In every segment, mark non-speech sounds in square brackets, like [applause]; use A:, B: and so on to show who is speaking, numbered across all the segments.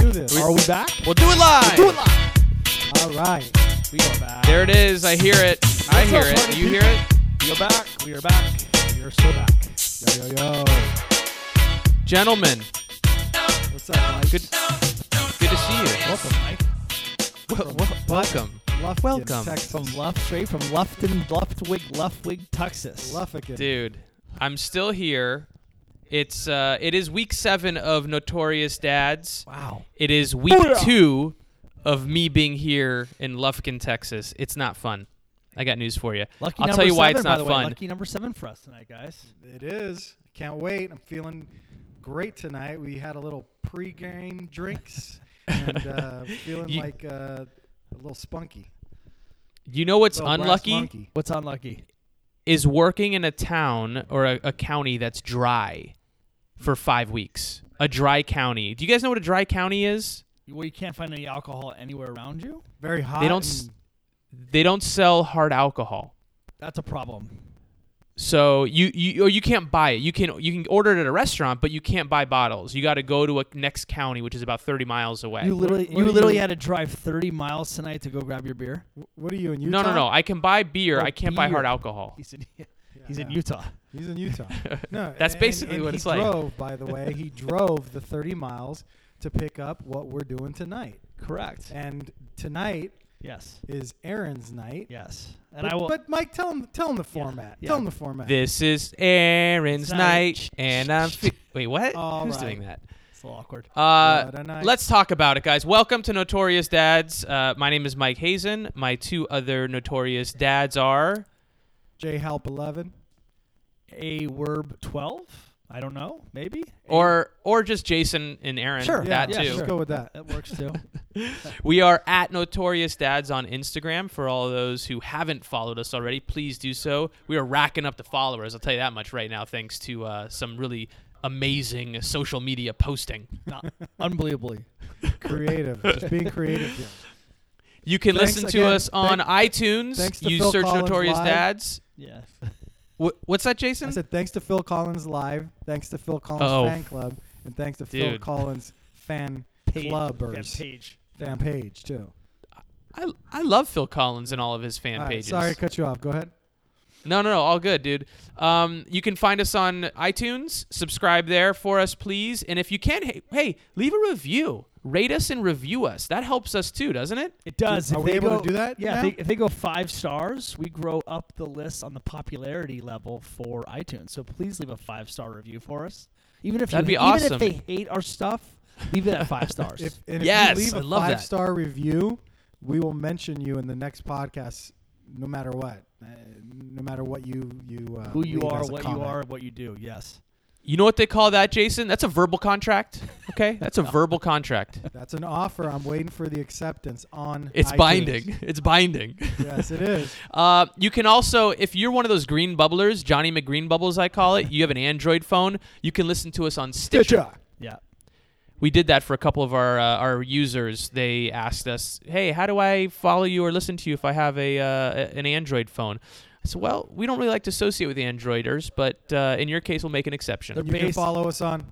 A: do this.
B: We-
A: Are we back?
B: We'll do it live.
A: Do it live. All right. We are back.
B: There it is. I hear it. I
A: What's
B: hear
A: up,
B: it.
A: party
B: You hear
A: people?
B: it?
A: We are back. We are back. We are so back. Yo, yo, yo.
B: Gentlemen,
A: What's up, Mike?
B: good good to see you.
A: Welcome, Mike.
B: Wel- wel- welcome.
A: Lufkin,
B: Welcome.
A: Texas.
C: From Luff, straight from Lufton, Luftwig, Luftwig, Texas.
A: Lufkin.
B: Dude, I'm still here. It's uh it is week 7 of Notorious Dads.
C: Wow.
B: It is week 2 of me being here in Lufkin, Texas. It's not fun. I got news for you.
C: Lucky
B: I'll
C: number
B: tell you why
C: seven,
B: it's
C: by
B: not
C: the way.
B: fun.
C: Lucky number seven for us tonight, guys.
A: It is. Can't wait. I'm feeling great tonight. We had a little pre-game drinks
C: [laughs]
A: and uh, feeling
B: You-
A: like uh, a little spunky.
B: You know what's
A: Little brass
B: unlucky?
A: monkey.
C: What's unlucky?
B: is working in a town or a, a county that's dry for five weeks. A dry county. Do you guys know what a dry county is?
C: Well, you can't find any alcohol anywhere around you.
A: Very hot.
B: They don't s- They don't sell hard alcohol.
C: That's a problem.
B: So you, you or you can't buy it. You can you can order it at a restaurant, but you can't buy bottles. You got to go to a next county, which is about thirty miles away.
C: You literally,
A: what
C: you
A: do
C: literally
A: you-
C: had to drive 30 miles tonight to go grab your beer.
A: and- what are you in Utah?
B: no, no, no. I can buy beer.
C: Oh,
B: I can't buy hard
C: beer.
B: alcohol.
C: He's
A: [laughs]
C: in, he's in
A: Yeah.
C: Utah.
A: He's in Utah. No,
B: [laughs] That's
A: and-
B: basically
A: and
B: what
A: he
B: it's like.
A: Drove, by the way,
B: [laughs]
A: he drove the 30 miles to pick up what we're doing tonight.
C: Correct.
A: And tonight
C: Yes.
A: is Aaron's night.
C: Yes. And
A: but,
C: I will.
A: but Mike, tell him, tell him the format.
C: yeah.
A: Tell him the format.
B: This is Aaron's
C: It's not-
B: night, and
A: [laughs]
B: I'm. Fe- Wait, what?
A: All
B: Who's
A: right.
B: doing that?
C: it's a little awkward.
B: Uh,
A: What a night.
B: let's talk about it, guys. Welcome to Notorious Dads. Uh, my name is Mike Hazen. My two other Notorious Dads are
A: J Halp 11.
C: A Werb 12? I don't know. Maybe?
B: or or just Jason and Aaron.
C: Sure.
B: that
A: yeah,
C: yeah,
B: too.
A: Let's
C: sure.
A: go with that.
C: That works
A: [laughs]
C: too.
B: We are at Notorious Dads on Instagram. For all those who haven't followed us already, please do so. We are racking up the followers. I'll tell you that much right now, thanks to uh, some really amazing social media posting.
C: Not, unbelievably.
A: Creative. Just being creative here.
B: You can
A: Thanks
B: listen to
A: again.
B: us on iTunes.
A: thanks to
B: you
A: Phil
B: search
A: Collins
B: Notorious
A: Live.
B: Dads.
C: Yeah.
B: Wh- what's that, [laughs] Jason?
A: I said thanks to Phil Collins Live, thanks to Phil Collins
B: Oh.
A: Fan Club, and thanks to Phil
B: Dude.
A: Collins Fan Clubbers.
C: page.
A: Fan Page, too.
B: I, I love Phil Collins and all of his fan
A: All right,
B: pages.
A: sorry to cut you off. Go ahead.
B: No, no, no, all good, dude. Um, you can find us on iTunes. Subscribe there for us, please. And if you can, hey, hey, leave a review. Rate us and review us. That helps us too, doesn't it?
C: It does.
A: Are
C: if
A: we
C: they
A: able to
C: go-
A: do that
C: Yeah.
A: now?
C: If, they, if they go five stars, we grow up the list on the popularity level for iTunes. So please leave a five star review for us. Even if
B: That'd
C: you,
B: be awesome.
C: Even if they hate our stuff, leave it at
A: [laughs]
C: five stars.
A: If, and
B: Yes,
A: if you leave a
B: I love that.
A: five star review, we will mention you in the next podcast, no matter what, uh, no matter what you you uh,
C: Who you
A: leave
C: are,
A: as a
C: what you
A: comment.
C: are, what you do. Yes.
B: You know what they call that, Jason? That's a verbal contract. Okay, that's
A: [laughs]
B: a verbal contract.
A: That's an offer. I'm waiting for the acceptance on.
B: It's
A: [laughs] iTunes.
B: binding. It's binding.
A: yes,
B: [laughs]
A: it is.
B: Uh, you can also, if you're one of those green bubblers, Johnny McGreen bubbles, I call it. You have an Android phone. You can listen to us on Stitcher.
C: Yeah.
B: we did that for a couple of our uh, our users. They asked us, "Hey, how do I follow you or listen to you if I have a uh, a- an Android phone?" I said, "Well, we don't really like to associate with Androiders, but uh, in your case, we'll make an
A: You
B: exception."
A: can
C: based-
A: follow us on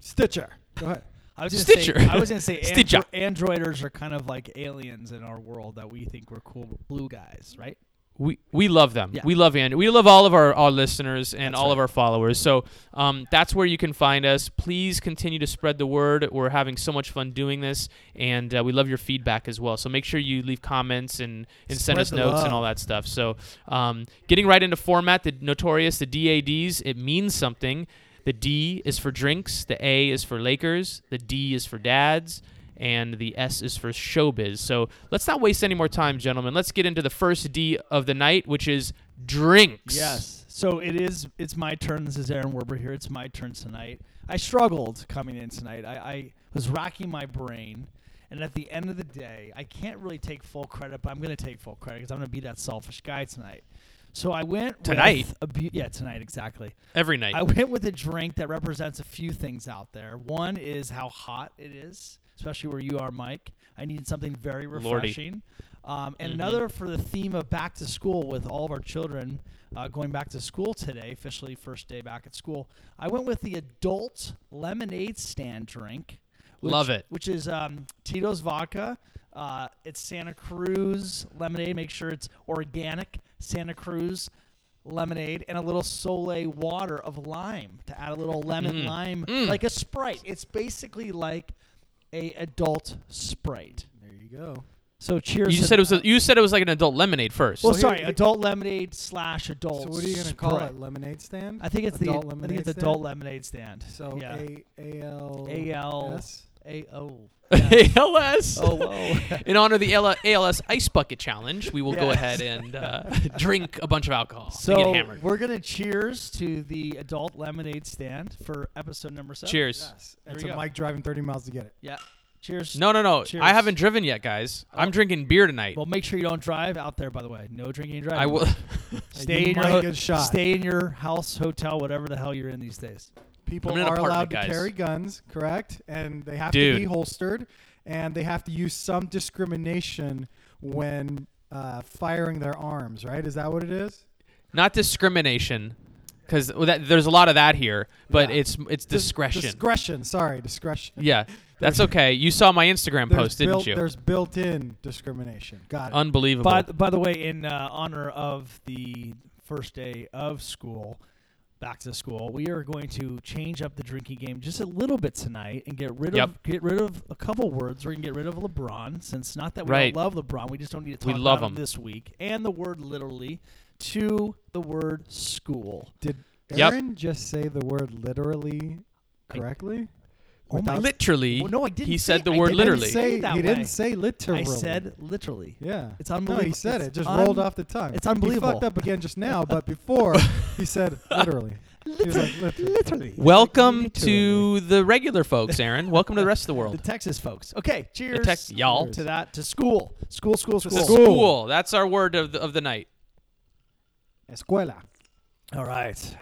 A: Stitcher. Go ahead.
C: I was gonna
B: Stitcher.
C: Say, I was gonna
B: [laughs]
C: say
B: Stitcher.
C: Andro- androiders are kind of like aliens in our world that we think we're cool blue guys, right?
B: We we love them.
C: Yeah.
B: We love Android. We love all of our, our listeners and
C: That's
B: all of
C: right.
B: our followers. So um, that's where you can find us. Please continue to spread the word. We're having so much fun doing this, and uh, we love your feedback as well. So make sure you leave comments and, and send
A: Spread
B: us
A: the
B: notes and
A: love.
B: all that stuff. So um, getting right into format, the notorious, the DADs, it means something. The D is for drinks, the A is for Lakers, the D is for dads, and the S is for showbiz. So let's not waste any more time, gentlemen. Let's get into the first D of the night, which is drinks.
C: Yes. So it is. It's my turn. This is Aaron Werber here. It's my turn tonight. I struggled coming in tonight. I, I was racking my brain, and at the end of the day, I can't really take full credit, but I'm going to take full credit because I'm going to be that selfish guy tonight. So I went
B: Tonight?
C: With a bu- yeah, tonight exactly.
B: Every night.
C: I went with a drink that represents a few things out there. One is how hot it is, especially where you are, Mike. I needed something very
B: Lordy.
C: refreshing. Um, and
B: Mhm.
C: another for the theme of back to school with all of our children uh, going back to school today, officially first day back at school. I went with the adult lemonade stand drink which-
B: Love it.
C: Which is um, Tito's Vodka. Uh, it's Santa Cruz lemonade. Make sure it's organic Santa Cruz lemonade and a little Soleil water of lime to add a little lemon
B: Mm.
C: lime,
B: Mm.
C: like a Sprite. It's basically like a adult Sprite.
A: There you go.
C: So cheers.
B: You
C: to
B: just said it was.
C: that.
B: A, you said it was like an adult lemonade first. [laughs]
C: well,
A: So here-
C: sorry, adult lemonade slash adult.
A: So what are you gonna call
C: Sprite.
A: it? Lemonade stand?
C: I think it's
A: Adult
C: the. I think
A: lemonade
C: it's
A: stand?
C: adult lemonade stand.
A: So
C: yeah.
A: A A L
C: AL.
A: S.
C: A
A: [laughs]
C: O.
B: ALS.
C: Oh, whoa.
B: In honor of the AL- ALS Ice Bucket Challenge, we will go
C: Yes.
B: ahead and uh, [laughs] drink a bunch of alcohol
C: [laughs] So
B: to get hammered.
C: we're gonna cheers to the adult lemonade stand for episode number seven.
B: Cheers.
A: Yes.
C: There
A: It's
C: we
A: a
C: go.
A: Mike driving 30 miles to get it.
C: Yeah. Cheers.
B: No, no, no.
C: Cheers.
B: I haven't driven yet, guys. I'm
C: Oh.
B: drinking beer tonight.
C: Well, make sure you don't drive out there. By the way, no drinking and driving.
B: I will. [laughs]
C: Stay
A: You
C: in your
A: might
C: ho-
A: get shot.
C: stay in your house, hotel, whatever the hell you're in these days.
A: People
B: I'm in an
A: are allowed
B: apartment,
A: to
B: guys.
A: carry guns, correct? And they have
B: Dude.
A: to be holstered, and they have to use some discrimination when uh, firing their arms, right? Is that what it is?
B: Not discrimination, because there's a lot of that here, but
A: Yeah.
B: it's it's
A: Dis-
B: discretion.
A: Discretion. Sorry, discretion.
B: yeah, that's okay. You saw my Instagram
A: There's
B: post, didn't
A: built-
B: you?
A: There's built-in discrimination. Got it.
B: Unbelievable.
C: By by the way, in uh, honor of the first day of school, back to school, we are going to change up the drinking game just a little bit tonight and get rid of
B: Yep.
C: get rid of a couple words. We're gonna get rid of LeBron, since not that we
B: Right.
C: don't love LeBron, we just don't need to
B: We
C: talk
B: love
C: about
B: him.
C: this week. And the word literally to the word school.
A: Did
B: Yep.
A: Aaron just say the word literally correctly?
C: Oh my-
A: Without-
B: literally.
C: Well, no, I didn't.
B: he
C: say-
B: said the
C: I
B: word
A: He
C: didn't
B: literally.
A: Didn't say,
C: say it that
A: he
C: way.
A: didn't say literally.
C: I said literally.
A: Yeah.
C: It's
A: No, he
C: unbelievable.
A: said
C: It's
A: it. Just
C: un-
A: rolled off the tongue.
C: it's unbelievable.
A: He fucked up again just now,
C: [laughs]
A: but before he said literally. He was like, literally.
C: Literally.
B: Welcome
A: Literally.
B: to the regular folks, Aaron. Welcome to the rest of the
C: The [laughs]
B: world.
C: Texas folks. Okay, cheers.
B: Tex- y'all.
C: to that to school, school, school, school.
A: The
B: School. That's our word of the, of the night.
A: Escuela.
C: All right.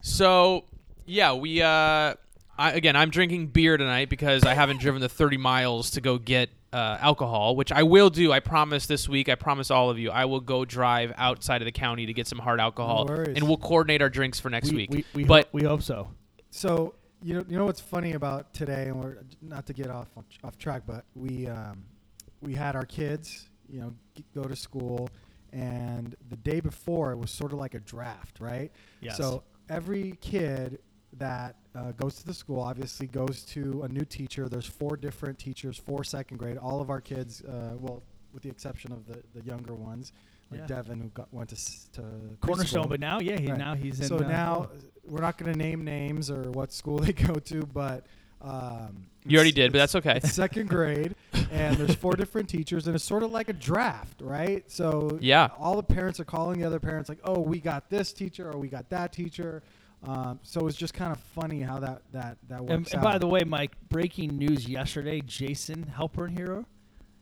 B: So, yeah, we uh I, again, I'm drinking beer tonight because I haven't driven the 30 miles to go get uh, alcohol, which I will do. I promise this week. I promise all of you. I will go drive outside of the county to get some hard alcohol,
A: worries.
B: and we'll coordinate our drinks for next
C: we,
B: week.
C: We, we
B: But-
C: hope, we hope so.
A: So you know, you know what's funny about today, and we're not to get off off track, but we um, we had our kids, you know, g- go to school, and the day before it was sort of like a draft, right?
C: Yes.
A: So every kid that uh, goes to the school obviously goes to a new teacher. There's four different teachers for second grade. All of our kids, uh, well, with the exception of the, the younger ones, like
C: Yeah.
A: Devin, who got, went to s- to
C: cornerstone,
A: preschool.
C: but now yeah, he,
A: Right.
C: now he's in.
A: So
C: uh,
A: now we're not going to name names or what school [laughs] they go to, but um,
B: you already
A: it's-
B: did, but
A: it's-
B: that's okay.
A: it's second grade, and there's four different teachers, and it's sort of like a draft, right? So
B: [laughs] Yeah.
A: all the parents are calling the other parents like, "Oh, we got this teacher, or we got that teacher." Um, so it's just kind of funny how that that that works.
C: and, and by the way, Mike, breaking news yesterday: Jason Halpern Hero.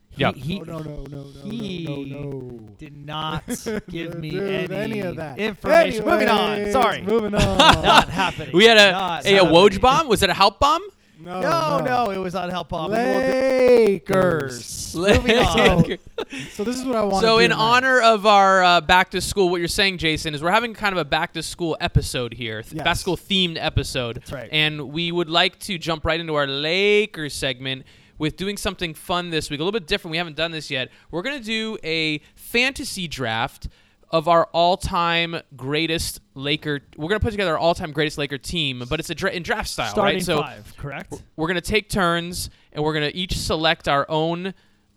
C: He,
B: Yeah.
C: He
A: oh, no, no, no, no,
C: he
A: no, no, no.
C: did not
A: [laughs]
C: give me
A: Do
C: any,
A: of that
C: information. moving on.
A: Anyways,
C: Sorry.
A: Moving
C: Not [laughs]
A: on.
C: happening.
B: We had a
C: Not
B: a, a
C: happening.
B: Woj bomb. Was it a help bomb?
A: Oh, no,
C: No, no, it was on help bomb. We will do- [laughs]
A: Lakers.
B: [laughs]
C: Moving on. Oh,
A: So- So this is what I want.
B: So, in honor of our uh, back to school, what you're saying, Jason, is we're having kind of a back to school episode here, th-
A: Yes.
B: back to school themed episode.
C: That's right.
B: And we would like to jump right into our Lakers segment with doing something fun this week, a little bit different. We haven't done this yet. We're going to do a fantasy draft of our all-time greatest Laker. We're going to put together our all-time greatest Laker team, but it's a dra- in draft style,
C: starting
B: right? So
C: five, correct?
B: we're gonna take turns and we're gonna each select our own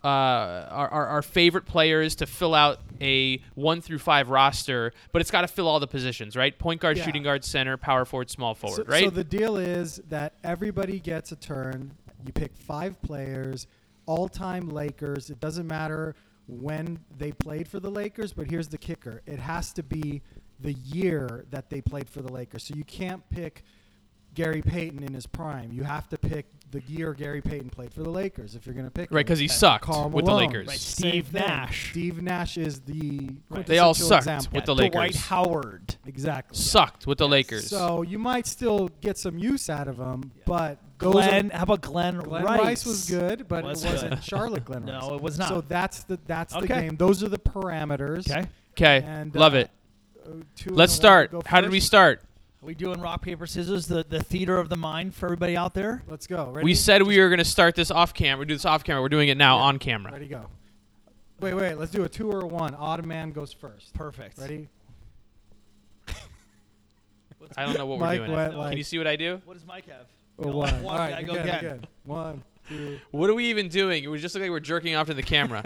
B: uh, our, our, our favorite players to fill out a one through five roster, but it's got to fill all the positions, right? Point guard,
A: Yeah.
B: shooting guard, center, power forward, small forward,
A: so,
B: right?
A: So the deal is that everybody gets a turn. You pick five players, all-time Lakers. It doesn't matter when they played for the Lakers, but here's the kicker: it has to be the year that they played for the Lakers. So you can't pick Gary Payton in his prime. You have to pick the year Gary Payton played for the Lakers if you're going to pick.
B: right,
A: him.
B: because he sucked
A: Karl
B: with the
A: Malone.
B: Lakers.
C: Right.
A: Same
C: Steve
A: thing.
C: Nash.
A: Steve Nash is the
B: They all
A: quintessential
B: sucked
A: example.
B: with the
C: Dwight
B: Lakers.
C: Howard.
A: exactly
B: Sucked with the Lakers.
A: So you might still get some use out of him, but those are-
C: Glenn, how about Glenn,
A: Glenn
C: Rice?
A: Rice. was good, but
C: Was
A: it wasn't
C: good. [laughs]
A: Charlotte Glenn Rice.
C: No, it was not.
A: So that's the that's the
C: Okay.
A: game. Those are the parameters.
C: Okay.
B: okay,
A: And,
B: love
A: uh,
B: it.
A: Uh, two and
B: Let's
A: one
B: start.
A: go
B: How did
A: first.
B: we start?
C: Are we doing rock paper scissors? The the theater of the mind for everybody out there.
A: Let's go. Ready?
B: We said we were going to start this off camera, do this off camera. We're doing it now on camera.
A: Ready go. Wait, wait. Let's do a two or a one. Odd man goes first.
C: Perfect.
A: Ready?
B: I don't know what we're
A: Mike
B: doing.
A: went
B: Can
A: like-
B: you see what I do?
C: What does Mike have? [laughs]
A: Or one. Oh, All right.
C: I
A: you
C: go
A: good, you
C: again.
A: good. One, two.
B: What are we even doing? It was just like we were jerking off to the
A: [laughs]
B: camera.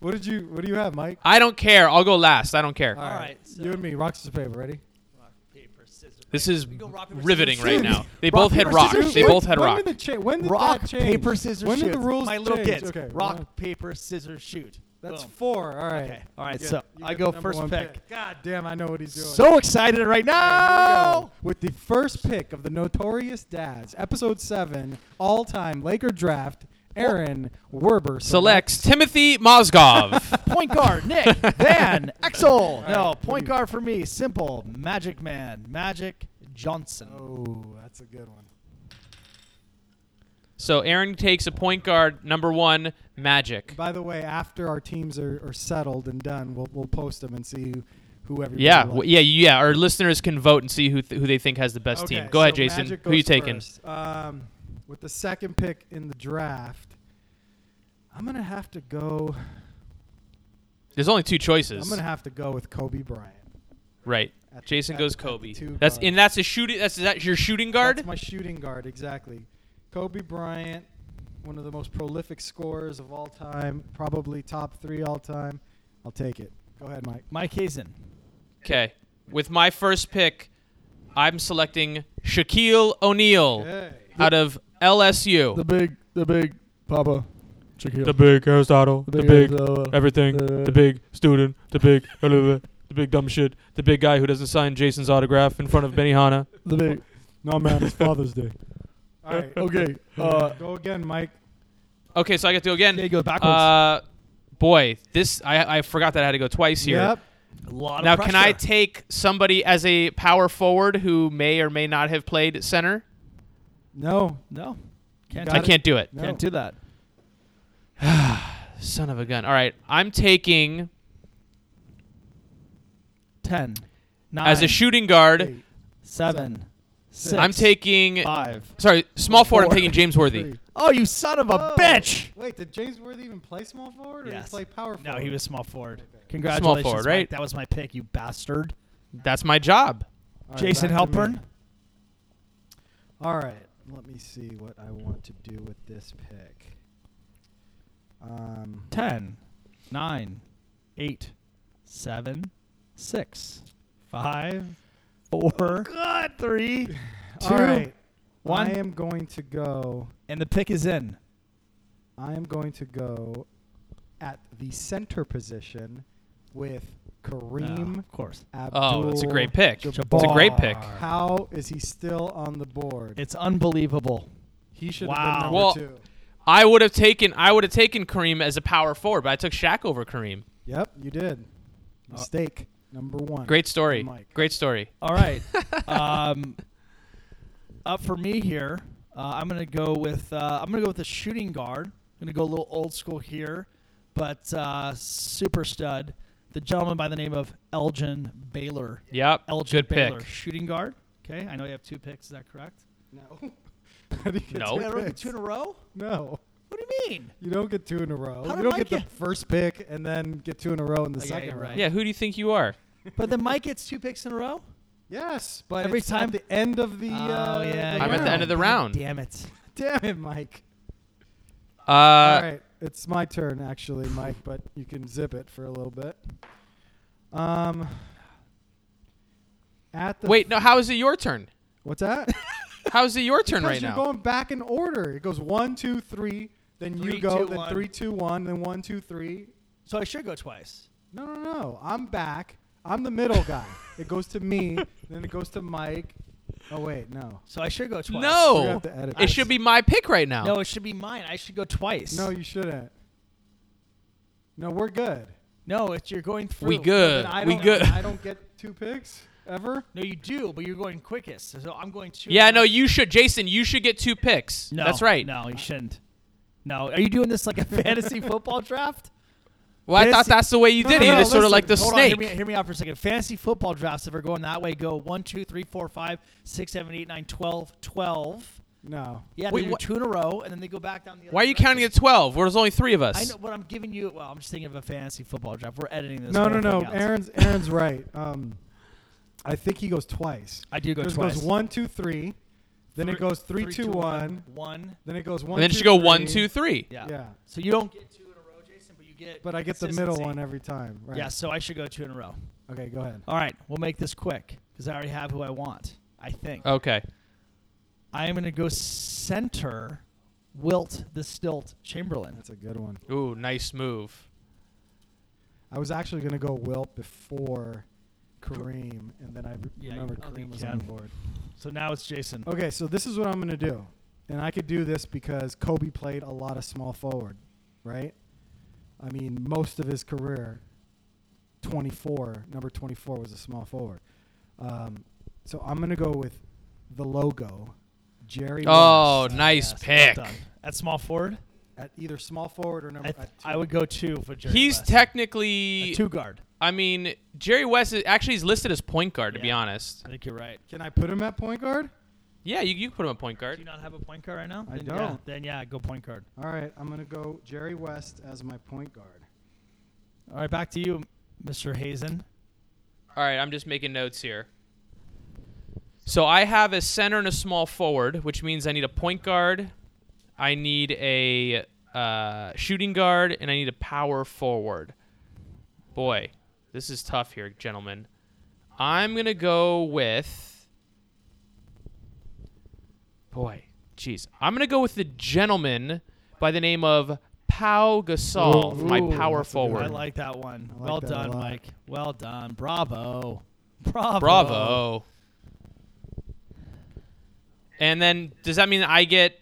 A: What did you? What do you have, Mike?
B: I don't care. I'll go last. I don't care.
A: All right.
C: right, so-
A: You and me. Rocks is paper. Ready?
C: Rock, paper, scissors.
B: This is
C: We go rock, paper,
B: riveting
C: scissors,
B: right
A: shoot.
C: [laughs]
B: now. They
C: Rock,
B: both had
C: paper,
B: rock.
C: scissors,
B: They
A: when-
B: both had
A: when
B: rock. [laughs]
A: Did it cha- when did
C: rock,
A: that change?
C: paper, scissors,
A: When
C: shoot.
A: did the rules
C: My little
A: change?
C: kids.
A: Okay.
C: rock,
A: one.
C: paper, scissors, shoot.
A: That's
C: Boom.
A: four. All right.
C: Okay. All right.
A: You get-
C: so
A: you
C: I
A: get
C: go
A: the number
C: first
A: one
C: pick.
A: God damn, I know what he's doing.
C: So excited right
A: Alright, here we
C: now.
A: go. With the first pick of the Notorious Dads, episode seven, all time Laker draft, Aaron Werber
B: Selects Timothy
A: [laughs]
B: Mozgov.
C: point guard Nick
B: [laughs]
C: Van Axel. No, point guard for me. Simple. Magic Man. Magic Johnson.
A: Oh, that's a good one.
B: so Aaron takes a point guard, number one, Magic.
A: By the way, after our teams are, are settled and done, we'll, we'll post them and see who, who everybody
B: Yeah,
A: likes.
B: w- yeah, yeah. Our listeners can vote and see who th- who they think has the best
A: Okay,
B: team. Go ahead,
A: so
B: Jason.
A: Magic
B: Who you
A: goes
B: taking?
A: first. Um, with the second pick in the draft, I'm gonna have to go.
B: There's only two
A: I'm
B: choices.
A: gonna have to go with Kobe Bryant.
B: right.
A: At the-
B: Jason
A: at
B: goes
A: the- at the
B: Kobe.
A: two
B: That's
A: guard.
B: and that's a shooting. That's is that your shooting guard.
A: That's my shooting guard, exactly. Kobe Bryant, one of the most prolific scorers of all time, probably top three all time. I'll take it. Go ahead, Mike.
C: Mike Hazen.
B: Okay. With my first pick, I'm selecting Shaquille O'Neal
A: Okay.
B: out of LSU.
D: The big, the big Papa Shaquille.
E: The big Aristotle, the big,
D: uh,
E: everything,
D: uh,
E: the big student, the big, the big dumb shit, the big guy who doesn't sign Jason's autograph in front of Benihana.
D: the big.
E: No man, it's Father's [laughs] Day.
B: [laughs]
A: All right.
D: Okay, uh,
A: Go again, Mike.
B: Okay, so I get to go
C: There you
B: again.
C: go backwards.
B: Uh, boy, this I, I forgot that I had to go twice here.
A: Yep.
C: a lot of
B: Now, can I
C: pressure.
B: take somebody as a power forward who may or may not have played center?
A: No.
C: no.
A: Got
B: I
A: it.
B: can't do it.
A: No.
C: Can't do that.
B: Son of a gun. All right, I'm taking
C: Ten. Nine.
B: as a shooting guard.
A: Eight,
C: Seven. Six.
B: I'm taking
C: five.
B: sorry, small forward.
C: Four.
B: I'm taking James Worthy.
A: three.
C: Oh, you son of a
A: Whoa.
C: bitch!
A: Wait, did James Worthy even play small forward or did
C: Yes.
A: he play power forward?
C: No, he was small forward.
A: Small
C: Congratulations,
B: forward,
C: Mike.
B: right?
C: That was my pick, you bastard.
B: That's my job.
A: All right,
C: Jason
A: back to me.
C: Halpern.
A: All right, let me see what I want to do with this pick. Um,
C: Ten, nine, eight, seven, six, five, four, God,
A: [sighs]
C: three,
A: Oh, all
C: two,
A: right,
C: one.
A: I am going to go.
C: and the pick is in.
A: I am going to go at the center position with Kareem
C: of course.
A: Abdul.
B: Oh, that's a great pick.
A: Jabbar.
B: It's a great pick.
A: How is he still on the board?
C: It's unbelievable.
A: he should
C: wow.
A: have been number
B: Well-
A: two.
B: I would have taken I would have taken Kareem as a power forward, but I took Shaq over Kareem.
A: Yep, you did.
C: Uh,
A: Mistake number one.
B: Great story.
A: Mike.
B: Great story.
C: All
A: [laughs]
C: right. um, up for me here. Uh, I'm gonna go with uh, I'm gonna go with the shooting guard. I'm gonna go a little old school here, but uh, super stud. The gentleman by the name of Elgin Baylor.
B: Yep.
C: Elgin
B: Good
C: Baylor,
B: pick.
C: shooting guard. Okay, I know you have two picks. Is that correct?
A: No. [laughs] How do you get
B: No.
A: two
B: Yeah,
A: picks?
C: a row.
A: No.
C: What do you [laughs] mean?
A: You don't get two in a row.
C: How
A: you
C: did
A: don't
C: Mike
A: get the
C: get-
A: first pick and then get two in a row in the
C: Oh, yeah,
A: second
C: you're
A: round.
C: right.
B: Yeah, who do you think you are?
C: But then Mike gets two picks in a row.
A: Yes, but
C: Every
A: it's
C: time-
A: at the end of the.
C: Oh,
A: uh,
C: yeah,
B: I'm at the end of the
C: God
B: round.
C: Damn it!
A: [laughs] Damn it, Mike.
B: Uh,
A: All right, it's my turn actually, Mike. But you can zip it for a little bit. Um. At the
B: Wait, no. How is it your turn? [laughs]
A: what's that?
B: How is it your turn
A: because
B: right
A: you're
B: now?
A: going back in order. It goes one, two, three. Then
C: Three,
A: you go.
C: two,
A: then
C: one.
A: three, two, one. Then one, two, three.
C: So I should go twice.
A: No, no, no. I'm back. I'm the middle guy. it goes to me, then it goes to Mike. Oh wait, no.
C: So I should go twice.
A: We
B: no.
A: have to edit
B: It
A: this.
B: should be my pick right now.
C: No, it should be mine. I should go twice.
A: No, you shouldn't. No, we're good.
C: No, it's you're going through.
B: we good.
A: Then I
B: We
A: don't-
B: good.
A: I don't get two picks ever.
C: No, you do, but you're going quickest. So I'm going two.
B: Yeah, no. You should, Jason. You should get two picks.
C: No,
B: That's right.
C: [laughs] No, you shouldn't. No, are you doing this like a fantasy football draft?
B: Well, I
A: This-
B: thought that's the way you
A: No,
B: did
A: no,
B: it. You
A: no,
B: just sort of
A: listen,
B: like the
C: Hold
B: snake.
C: On, hear, me, hear me out for a second. Fantasy football drafts, if we're going that way, go 1, 2, 3, 4, 5, 6, 7, 8, 9, 12, 12.
A: No.
C: Yeah,
B: Wait,
C: they do
B: what-
C: two in a row, and then they go back down the other
B: Why are you
C: direction.
B: counting at 12? Where there's only three of
C: I
B: us.
C: know what I'm giving you. Well, I'm just thinking of a fantasy football draft. We're editing this.
A: No,
C: whole
A: no, no.
C: thing out.
A: Aaron's Aaron's right. Um, I think he goes twice.
C: I do go
A: Just
C: twice.
A: goes one, two, three. Then it
C: Three-
A: goes three,
C: three,
A: two,
C: two,
A: one.
C: one. One.
A: Then it goes one.
B: And then it
A: two,
B: should go one,
A: three.
B: two, three.
C: Yeah.
A: Yeah.
C: So you don't get two in a row, Jason, but you get.
A: But I get the middle
C: consistency.
A: one every time. Right.
C: Yeah. So I should go two in a row.
A: Okay, go ahead.
C: All right. We'll make this quick because I already have who I want. I think.
B: Okay.
C: I am going to go center, Wilt the Stilt Chamberlain.
A: That's a good one.
B: Ooh, nice move.
A: I was actually going to go Wilt before Kareem, and then I re-
C: Yeah, you-
A: remembered
C: I don't think
A: Kareem
C: you
A: was
C: can.
A: on the board.
C: So now it's Jason.
A: Okay, so this is what I'm going to do. And I could do this because Kobe played a lot of small forward, right? I mean, most of his career, 24, number 24 was a small forward. Um, so I'm going to go with the logo, Jerry
B: Oh,
A: West,
B: nice
C: Yes, well
B: pick.
C: done. At small forward,
A: at either small forward or number.
C: I, th-
A: at two.
C: I would go two for Jerry.
B: He's
C: West.
B: technically.
C: A two guard.
B: I mean, Jerry West is actually he's listed as point guard. To be
C: Yeah.
B: honest,
C: I think you're right.
A: Can I put him at point guard?
B: yeah, you, you can put him at point
C: Do
B: guard.
C: you not have a point guard right now?
A: I
C: then, Yeah,
A: don't.
C: then yeah, go point guard.
A: All right, I'm going to go Jerry West as my point guard.
C: All right, back to you, Mr. Hazen.
B: All right, I'm just making notes here. So I have a center and a small forward, which means I need a point guard, I need a uh, shooting guard, and I need a power forward. Boy, this is tough here, gentlemen. I'm gonna go with. Boy, jeez, I'm gonna go with the gentleman by the name of Pau Gasol, for my
A: Ooh,
B: power
A: that's a good one.
B: forward.
C: I like that one.
A: I like
C: well
A: that a
C: done,
A: lot.
C: Mike. Well done. Bravo. Bravo.
B: Bravo. Um, And then does that mean I get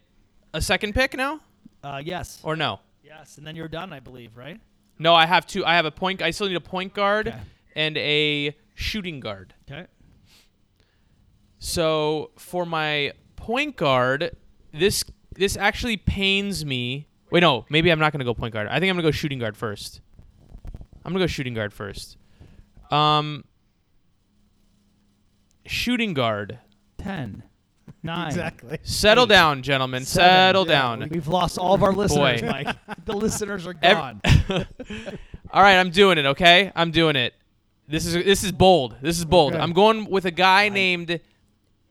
B: a second pick now
C: Uh, yes.
B: or no?
C: Yes, and then you're done, I believe, right?
B: No, I have two. I have a point. I still need a point guard
C: Okay.
B: and a shooting guard.
C: Okay.
B: So for my point guard, this this actually pains me. Wait, no, maybe I'm not gonna go point guard. I think I'm gonna go shooting guard first. I'm gonna go shooting guard first. Um, shooting guard.
C: Ten. Nine.
A: [laughs] Exactly.
B: Settle down, gentlemen.
C: Seven.
B: Settle
A: Yeah,
B: down.
C: We've lost all of our listeners,
B: Boy.
C: Mike.
A: [laughs]
C: The listeners are
B: Ev-
C: gone.
B: All right, I'm doing it. Okay, I'm doing it. This is this is bold. This is bold.
A: Okay.
B: I'm going with a guy named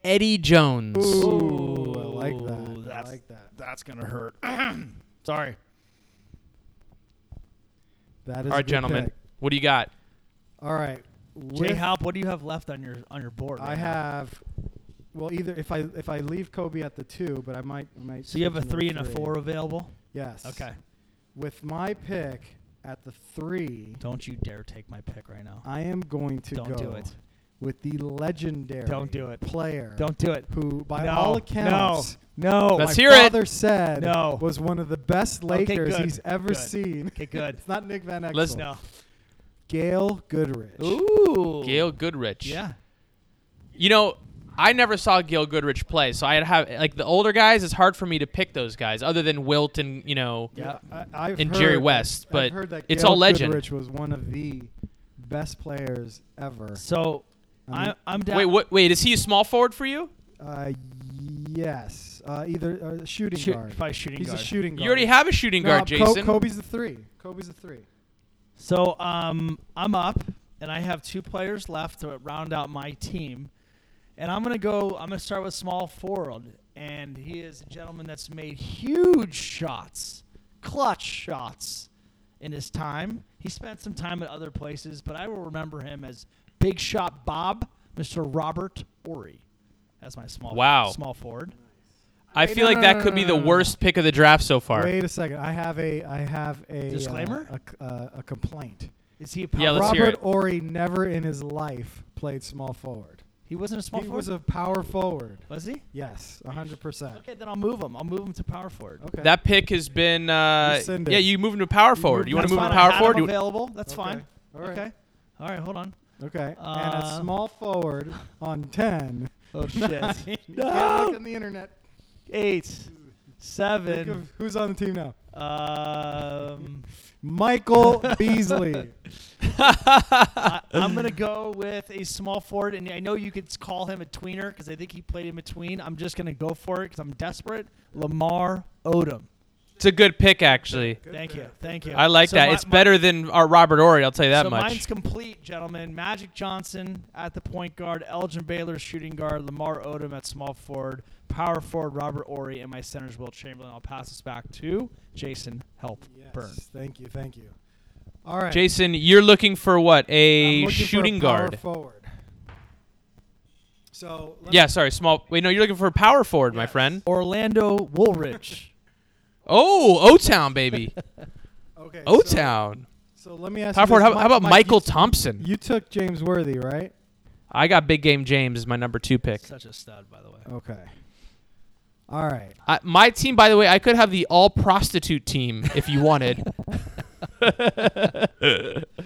B: Eddie Jones.
A: Ooh, I like
C: Ooh,
A: that.
C: that's-
A: I like that.
C: That's gonna hurt. [clears throat] Sorry.
A: That
B: All
A: is a
B: right,
A: good
B: gentlemen,
A: pick.
B: what do you got?
A: All right.
C: Jay
A: With,
C: Halp, what do you have left on your on your board?
A: I
C: right now?
A: have. Well, either if I if I leave Kobe at the two, but I might I might.
C: So you have a
A: switch him to
C: three and a four available.
A: Yes.
C: Okay.
A: With my pick at the three,
C: Don't you dare take my pick right now.
A: I am going to
C: Don't
A: go
C: do it.
A: with the legendary.
C: Don't do it.
A: Player.
C: Don't do it.
A: Who, by
C: No,
A: all accounts,
C: No. No.
B: Let's
A: my
B: hear it.
A: father said
C: No.
A: was one of the best
C: Okay,
A: Lakers
C: good,
A: he's ever
C: good.
A: seen. [laughs]
C: Okay, good. [laughs]
A: It's not Nick Van Exel.
B: Let's-
C: No.
A: Gail Goodrich.
C: Ooh.
B: Gail Goodrich.
C: Yeah.
B: You know, I never saw Gail Goodrich play, so I have like the older guys. It's hard for me to pick those guys, other than Wilt and you know.
C: Yeah.
A: I, I've
B: And Jerry
A: heard-
B: West,
A: I've
B: but
A: heard that
B: it's
A: Gail
B: all legend.
A: Goodrich was one of the best players ever.
C: So
A: I mean-
C: I, I'm down.
B: Wait, what? Wait, is he a small forward for you?
A: Uh, yes, uh, either uh, shooting
C: Shoot-
A: guard.
C: probably shooting
A: He's
C: guard.
A: a shooting guard.
B: You already have a shooting
A: No,
B: guard,
A: Co-
B: Jason.
A: Kobe's the three. Kobe's the three.
C: So um, I'm up, and I have two players left to round out my team, and I'm gonna go. I'm gonna start with small forward, and he is a gentleman that's made huge shots, clutch shots, in his time. He spent some time at other places, but I will remember him as Big Shot Bob, Mr. Robert Ory. That's my small
B: Wow.
C: small forward.
B: I
A: Wait,
B: feel
A: no,
B: like
A: no,
B: that
A: no,
B: could
A: no,
B: be
A: no,
B: the
A: no, no.
B: worst pick of the draft so far.
A: Wait a second. I have a. I have a uh,
C: Disclaimer?
A: a c- uh, a complaint.
C: Is he a power?
B: Yeah, let's hear
A: Robert
B: it.
A: Ory never in his life played small forward.
C: He wasn't a small
A: he
C: forward.
A: was a power forward.
C: was he?
A: Yes, 100%.
C: Okay, then I'll move him. I'll move him to power forward.
A: Okay.
B: That pick has been. Uh,
A: Rescinded.
B: yeah, you move him to power
A: moved
B: forward. You want
A: him
B: to
A: to
B: move him
A: power
B: to
A: forward.
B: power
C: I
A: I have
B: forward? You-
C: available. That's
A: Okay.
C: fine.
A: All right.
C: Okay. All right. Hold on.
A: Okay. and
C: Uh,
A: a
C: [laughs]
A: small forward on 10.
C: Oh shit. [laughs]
A: You can't look on the internet.
C: Eight.
A: Think
C: Seven.
A: of who's on the team now?
C: Um, [laughs]
A: Michael Beasley.
C: I, I'm gonna go with a small forward, and I know you could call him a tweener because I think he played in between. I'm just gonna go for it because I'm desperate. Lamar Odom.
B: It's a good pick, actually.
C: Thank you, thank you.
B: I like
C: So
B: that.
C: my-
B: it's
C: my-
B: better than our Robert Ory. I'll tell you that
C: so
B: much.
C: mine's complete, gentlemen. Magic Johnson at the point guard, Elgin Baylor shooting guard, Lamar Odom at small forward, power forward Robert Ory, and my center's Will Chamberlain. I'll pass this back to Jason Helpburn.
A: Yes, thank you, thank you. All right.
B: Jason, you're looking for what?
A: I'm
B: A
A: looking for
B: shooting
A: power
B: guard.
A: Forward. So let me-
B: Yeah, sorry, small. Wait, no, you're looking for a power forward, my
A: Yes.
B: friend.
C: Orlando
B: [laughs]
C: Woolridge.
B: Oh, O Town,
A: [laughs]
B: baby.
A: okay.
B: O
A: so-
B: Town.
A: So, let me ask
B: Oh, Power
A: you.
B: forward. How,
A: this. Mi-
B: how about
A: Mike,
B: Michael
A: you-
B: Thompson?
A: You took James Worthy, right?
B: I got Big Game James as my number two pick.
C: Such a stud, by the way.
A: Okay. All right.
B: I, my team, by the way, I could have the all prostitute team if you
A: [laughs]
B: wanted.
C: By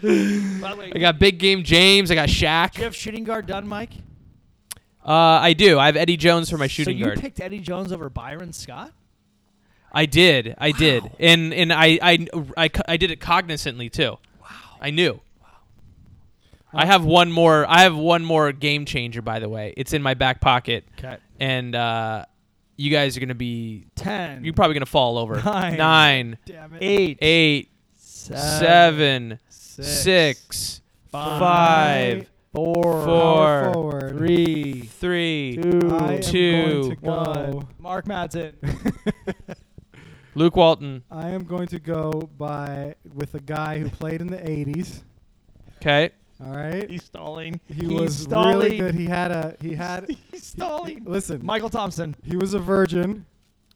C: the way,
B: I got Big Game James. I got
C: do you
B: Shaq.
C: have shooting guard done, Mike?
B: Uh, I do. I have Eddie Jones for my shooting
C: so you
B: guard.
C: picked Eddie Jones over Byron Scott?
B: I did. I did. And and I, I I co- I did it cognizantly too. Wow. I knew. I have one more. I have one more game changer. By the way, it's in my back pocket,
C: Okay.
B: and uh, you guys are gonna be.
C: Ten.
B: You're probably gonna fall over.
C: Nine.
B: [laughs] Nine,
C: Damn it.
B: eight, eight,
C: Seven.
B: seven,
C: six,
B: six,
C: five,
B: five,
C: four,
B: Four,
A: Power forward.
C: three,
B: three.
C: two,
A: I am
B: two,
A: going to go.
C: Mark
A: [laughs]
C: Madsen.
B: Luke Walton.
A: I am going to go by with a guy who played in the 80s.
B: Okay.
A: All right.
C: He's stalling.
A: He
C: He's
A: was
C: stalling.
A: really good. He had a he had
C: [laughs]
B: [laughs]
C: He's stalling.
A: listen.
C: Michael Thompson.
A: He was a virgin.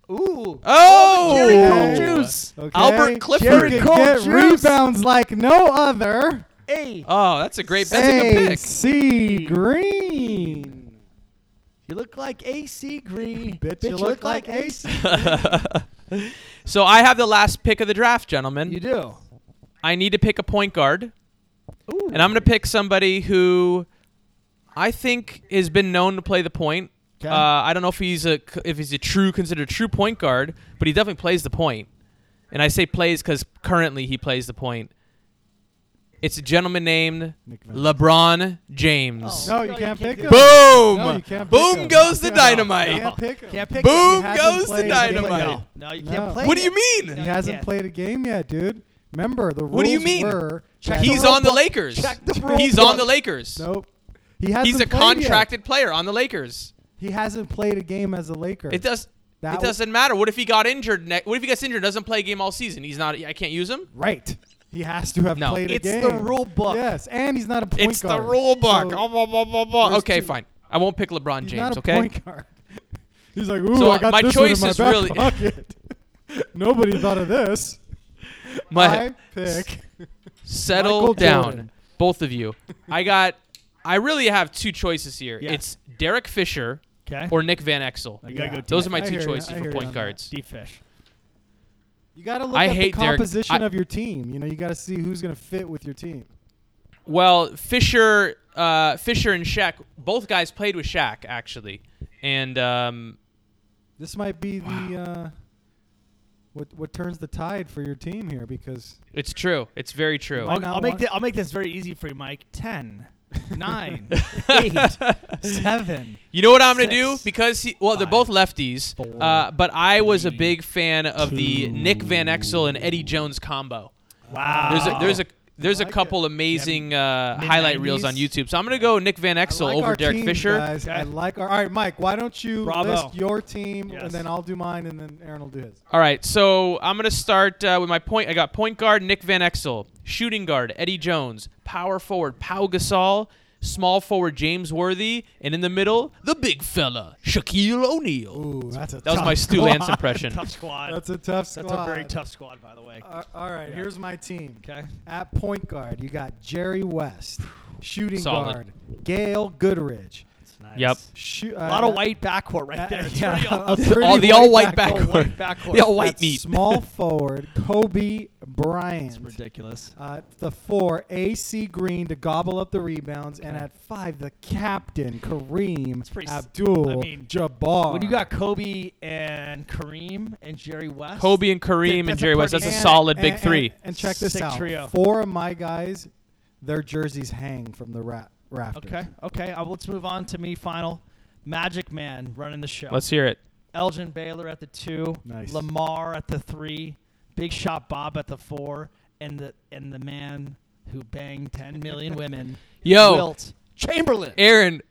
C: Ooh.
B: Oh!
C: Jerry Cold
A: Oh.
C: Juice.
A: Okay.
B: Albert
A: He
B: Clifford.
A: could
C: Jerry Cold
A: get
C: juice.
A: rebounds like no other.
C: Hey.
B: Oh, that's a great. That's a good pick.
A: AC Green.
C: You look like AC Green.
A: [laughs] Bitch, you look like AC.
B: so I have the last pick of the draft, gentlemen.
C: You do.
B: I need to pick a point guard,
C: Ooh.
B: and I'm going to pick somebody who I think has been known to play the point.
C: Okay.
B: Uh, I don't know if he's a if he's a true considered a true point guard, but he definitely plays the point. And I say plays because currently he plays the point. It's a gentleman named
A: Nick Van-
B: LeBron James.
A: No, you can't pick him.
B: Boom!
A: Oh. No, you can't pick
B: Boom
A: him.
B: goes the
A: No,
B: dynamite.
A: You can't pick him.
C: Can't pick
B: Boom
A: He hasn't
B: goes the
A: played a game
B: dynamite.
A: yet.
C: No, you
A: No.
C: can't play.
B: What do
C: it.
B: you mean?
C: No,
A: He
C: you
A: hasn't
C: can't.
A: played a game yet, dude. Remember the rules
B: What do you mean?
A: were that-
B: He's
C: the
B: on the
C: rule book.
B: Lakers.
C: Check the rule
B: He's
C: book.
B: on the Lakers.
A: Nope. He hasn't
B: He's a
A: played yet.
B: contracted player on the Lakers.
A: He hasn't played a game as a Laker.
B: It does.
A: That
B: it
A: w-
B: doesn't matter. What if he got injured? Ne- what if he gets injured? and Doesn't play a game all season. He's not. I can't use him.
A: Right. He has to have
B: No.
A: played
C: It's
A: a game.
C: the rule book.
A: Yes, and he's not a point
B: it's
A: guard.
B: the rule book.
A: So
B: Oh, blah, blah, blah, blah.
A: There's
B: Okay,
A: two.
B: fine. I won't pick LeBron
A: he's
B: James.
A: not a
B: okay.
A: point guard. [laughs] He's like, ooh,
B: So,
A: I got
B: my
A: this
B: choice
A: one in my
B: is
A: back
B: really-
A: [laughs] pocket. Nobody thought of this.
B: My,
A: I pick.
B: settle
A: Michael
B: down,
A: Jordan.
B: both of you. I got. I really have two choices here.
C: Yeah.
B: It's Derek Fisher
C: Okay.
B: or Nick Van Exel.
C: I gotta go
B: Those are
C: deep.
B: my
A: I
B: two
A: hear ya,
B: choices
A: I
B: for
A: hear ya
B: point
A: on that.
B: guards.
C: Deep fish.
A: [laughs] You got to look
B: I
A: at the
B: hate Derek-
A: composition
B: I-
A: of your team. You know, you got to see who's going to fit with your team.
B: Well, Fisher, uh, Fisher and Shaq, both guys played with Shaq actually, and um,
A: This might be the uh, what what turns the tide for your team here because
B: it's true. It's very true.
A: Why
C: I'll,
A: not
C: I'll make
A: one?
C: thi- I'll make this very easy for you, Mike.
A: [laughs]
C: Ten,
B: [laughs]
C: nine, eight, seven.
B: You know what I'm gonna do
C: Six,
B: because he, well, they're
C: five,
B: both lefties,
C: four,
B: uh, but I was a
C: three,
B: big fan of the
C: two.
B: Nick Van Exel and Eddie Jones combo.
C: Wow.
B: There's a there's a there's
A: Ah, like
B: a
A: it.
B: couple amazing uh, highlight reels on
C: mid-nineties.
B: YouTube, so I'm gonna go Nick Van
A: I
B: Exel
A: like
B: over
A: our
B: Derek
A: team,
B: Fisher.
A: Guys. I
C: Okay.
A: like our. All right, Mike. Why don't you
C: Bravo.
A: list your team
C: Yes.
A: and then I'll do mine and then Aaron will do his.
B: All right, so I'm gonna start uh, with my point. I got point guard Nick Van Exel, shooting guard Eddie Jones, power forward Pau Gasol, small forward James Worthy, and in the middle the big fella Shaquille O'Neal.
A: Ooh, that's a
B: That was
A: tough,
B: my Stu Lance impression.
C: tough squad.
A: That's a tough squad.
C: That's a very tough squad, by the way.
A: Uh, all right, here's my team.
C: Okay.
A: At point guard, you got Jerry West. Shooting
B: Solid.
A: guard, Gail Goodridge. uh,
C: nice.
B: Yep.
A: Shoot,
C: A lot of white backcourt
A: uh,
C: right
A: [laughs]
C: there. It's pretty
A: all,
C: awesome. oh,
B: All- the all-white
C: All
B: backcourt.
C: [laughs] white backcourt.
B: The all-white
A: At
B: meat.
A: Small forward Kobe
C: It's
A: Bryant.
C: ridiculous.
A: Uh, the four AC Green to gobble up the rebounds, and
C: Okay.
A: at five the captain Kareem
C: It's pretty s-
A: Abdul
C: I mean,
A: Jabbar.
C: When you got Kobe and Kareem and Jerry West.
B: Kobe and Kareem and
C: that's a
B: Jerry West. That's
C: pretty-
B: a
A: And-
B: solid big
A: and-
B: three.
A: And, and check this
C: Sick
A: out:
C: trio.
A: four of my guys, their jerseys hang from the ra- rafters.
C: Okay, okay. Uh, let's move on to me final. Magic Man running the show.
B: Let's hear it.
C: Elgin Baylor at the two.
A: Nice.
C: Lamar at the three. Big Shot Bob at the four. And the and the man who banged 10 million women.
B: Yo.
C: Wilt Chamberlain.
B: Aaron,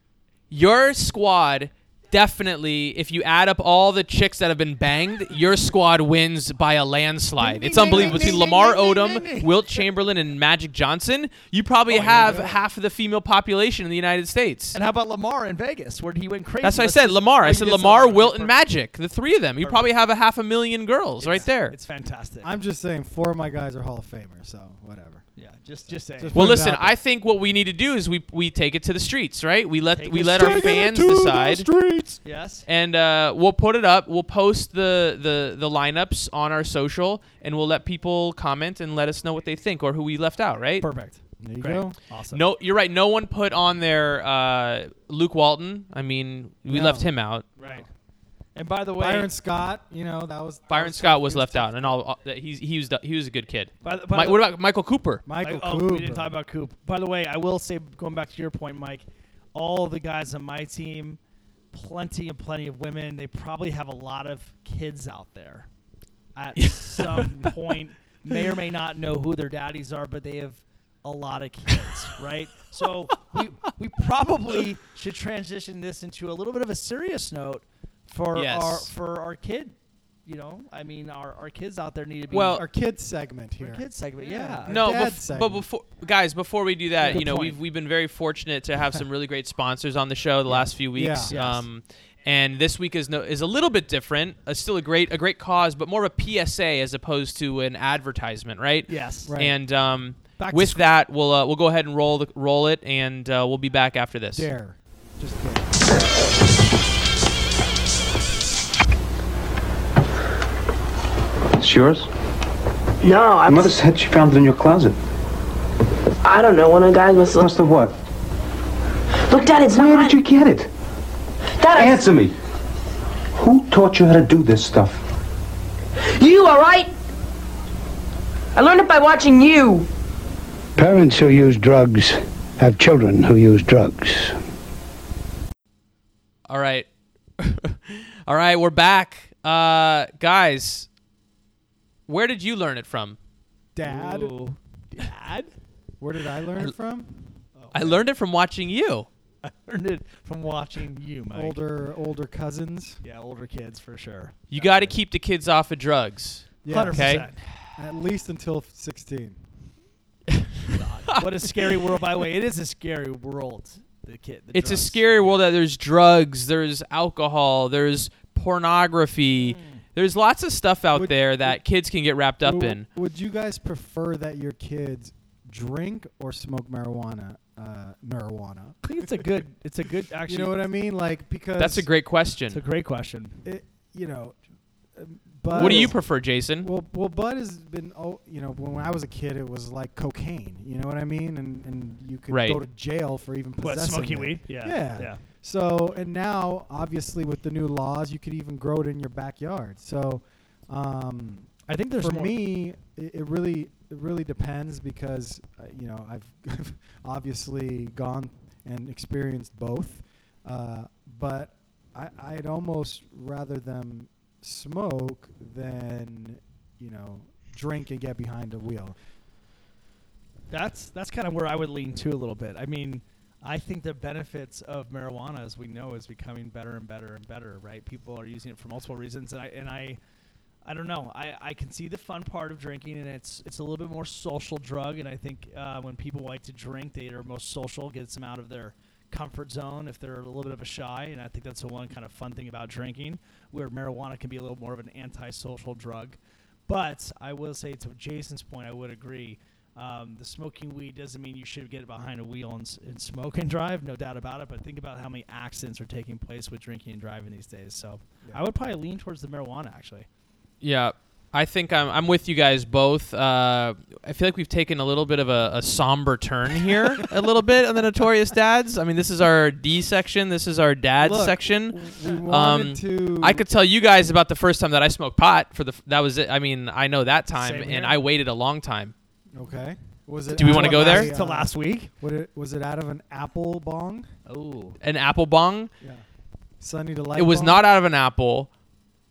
B: your squad definitely, if you add up all the chicks that have been banged, your squad wins by a landslide. It's unbelievable. Between Lamar Odom, Wilt Chamberlain, and Magic Johnson, you probably have half of the female population in the United States.
C: Oh, and how about Lamar in Vegas? Where he went crazy?
B: That's what I
C: Let's
B: said,
C: just-
B: Lamar.
C: Oh,
B: I
C: you
B: said
C: did say
B: Lamar,
C: Lamar.
B: Wilt, and
C: Perfect.
B: Magic. The three of them. You probably have a half a million girls right
C: It's-
B: there.
C: It's fantastic.
A: I'm just saying, four of my guys are Hall of Famers, so whatever.
C: yeah, just just saying.
A: Just
B: Well,
A: put it
B: listen.
A: out there.
B: I think what we need to do is we we take it to the streets, right? We let
C: Take
B: we
C: it
B: let
C: to
B: our
D: Taking it
B: fans
D: to the
B: decide.
D: streets.
C: yes.
B: and uh, we'll put it up. We'll post the, the the lineups on our social, and we'll let people comment and let us know what they think or who we left out. Right?
C: Perfect.
A: There you
C: Great.
A: go.
C: Awesome.
B: No, you're right. No one put on their uh, Luke Walton. I mean, we
A: No.
B: left him out.
C: Right. And by the way,
A: Byron Scott, you know that was that
B: Byron
A: was
B: Scott
A: tough.
B: was
A: He
B: left
A: tough.
B: out, and all uh, he's he was he was a good kid.
C: by the, by
B: Mi-
C: the-
B: what about Michael Cooper?
A: Michael
C: I-
A: Cooper.
C: Oh, we didn't talk about Coop. By the way, I will say, going back to your point, Mike, all the guys on my team, plenty and plenty of women. They probably have a lot of kids out there. At some point, may or may not know who their daddies are, but they have a lot of kids, right? So we we probably should transition this into a little bit of a serious note for our
B: Yes.
C: for our kid. You know, I mean, our, our kids out there need to be
B: Well,
A: our kids segment
C: our
A: here.
C: kids segment,
A: Yeah.
C: yeah.
B: no,
A: dad
B: bef-
A: sang.
B: but before guys, before we do that,
C: Good
B: you know,
C: point.
B: we've we've been very fortunate to have some really great sponsors on the show the last few
A: Yeah.
B: weeks.
A: Yes.
B: Um, and this week is no is a little bit different. It's still a great a great cause, but more of a PSA as opposed to an advertisement, right?
C: Yes.
A: Right.
B: And um,
C: Back to
B: with
C: sc-
B: that, we'll uh, we'll go ahead and roll the, roll it, and uh, we'll be back after this.
A: Dare, just dare.
F: It's yours?
G: No, I
F: Mother said she found it in your closet.
G: I don't know. One of the guys must look.
F: Must have what?
G: Look, Dad, it's
F: Where
G: not
F: did you get it?
G: Dad, I-
F: Answer me. Who taught you how to do this stuff?
G: you all right? I learned it by watching you.
H: Parents who use drugs have children who use drugs.
B: All right. [laughs] All right, we're back. Uh, guys, where did you learn it from?
A: Dad,
C: Ooh. Dad?
A: where did I learn it from?
B: I learned it from watching you.
C: Learned it from watching you, Mike.
A: Older, older cousins.
C: Yeah, older kids for sure.
B: You got to keep the kids off of drugs.
A: Yeah,
C: 100%.
A: at least until 16.
C: what a scary world, by the way. It is a scary world, the kid. the
B: It's a
C: drugs.
B: scary world that there's drugs, there's alcohol, there's pornography. There's lots of stuff out
A: Hmm. Would-
B: there that kids can get wrapped up
A: Would-
B: in.
A: Would you guys prefer that your kids drink or smoke marijuana? Uh, marijuana.
C: I think it's a good, it's a good, actually.
A: You know what I mean? Like because
B: That's a great
C: It's a
B: question.
C: great question.
A: It, you know, um, but
B: What do you prefer, Jason?
A: Well, well, bud has been. Oh, you know, when I was a kid, it was like cocaine. You know what I mean? And and you could
B: Right.
A: go to jail for even
C: What,
A: possessing
C: smoking
A: it.
C: weed? Yeah,
A: Yeah.
C: yeah.
A: So and now, obviously, with the new laws, you could even grow it in your backyard. So, um,
C: I think there's
A: for
C: more.
A: me, it, it really it really depends because uh, you know I've, [laughs] I've obviously gone and experienced both, uh, but I, I'd almost rather them smoke than you know drink and get behind a wheel.
C: That's that's kind of where I would lean to a little bit. I mean, I think the benefits of marijuana, as we know, is becoming better and better and better. Right? People are using it for multiple reasons, and I and I, I don't know. I, I can see the fun part of drinking, and it's it's a little bit more social drug. And I think uh, when people like to drink, they are most social, gets them out of their comfort zone if they're a little bit of a shy. And I think that's the one kind of fun thing about drinking, where marijuana can be a little more of an antisocial drug. But I will say, to Jason's point, I would agree. Um, the smoking weed doesn't mean you should get behind a wheel and, s- and smoke and drive, no doubt about it. But think about how many accidents are taking place with drinking and driving these days. So I would probably lean towards the marijuana, actually.
B: Yeah, I think I'm I'm with you guys both. Uh, I feel like we've taken a little bit of a, a somber turn here, a little bit on the Notorious Dads. I mean, this is our D section. This is our Dad
A: Look,
B: section.
C: [laughs]
A: We wanted to.
B: Um, I could tell you guys about the first time that I smoked pot. For the f- that was it. I mean, I know that time,
C: Same
B: and
C: here.
B: I waited a long time.
A: Okay. Was it?
B: Do we
A: out
B: wanna
A: of
B: go
A: a,
B: there?
A: uh,
C: To last week.
A: what it- was it out of an apple bong?
C: Oh,
B: An apple bong.
A: Yeah. Sunny to light.
B: It was
A: bong?
B: not out of an apple,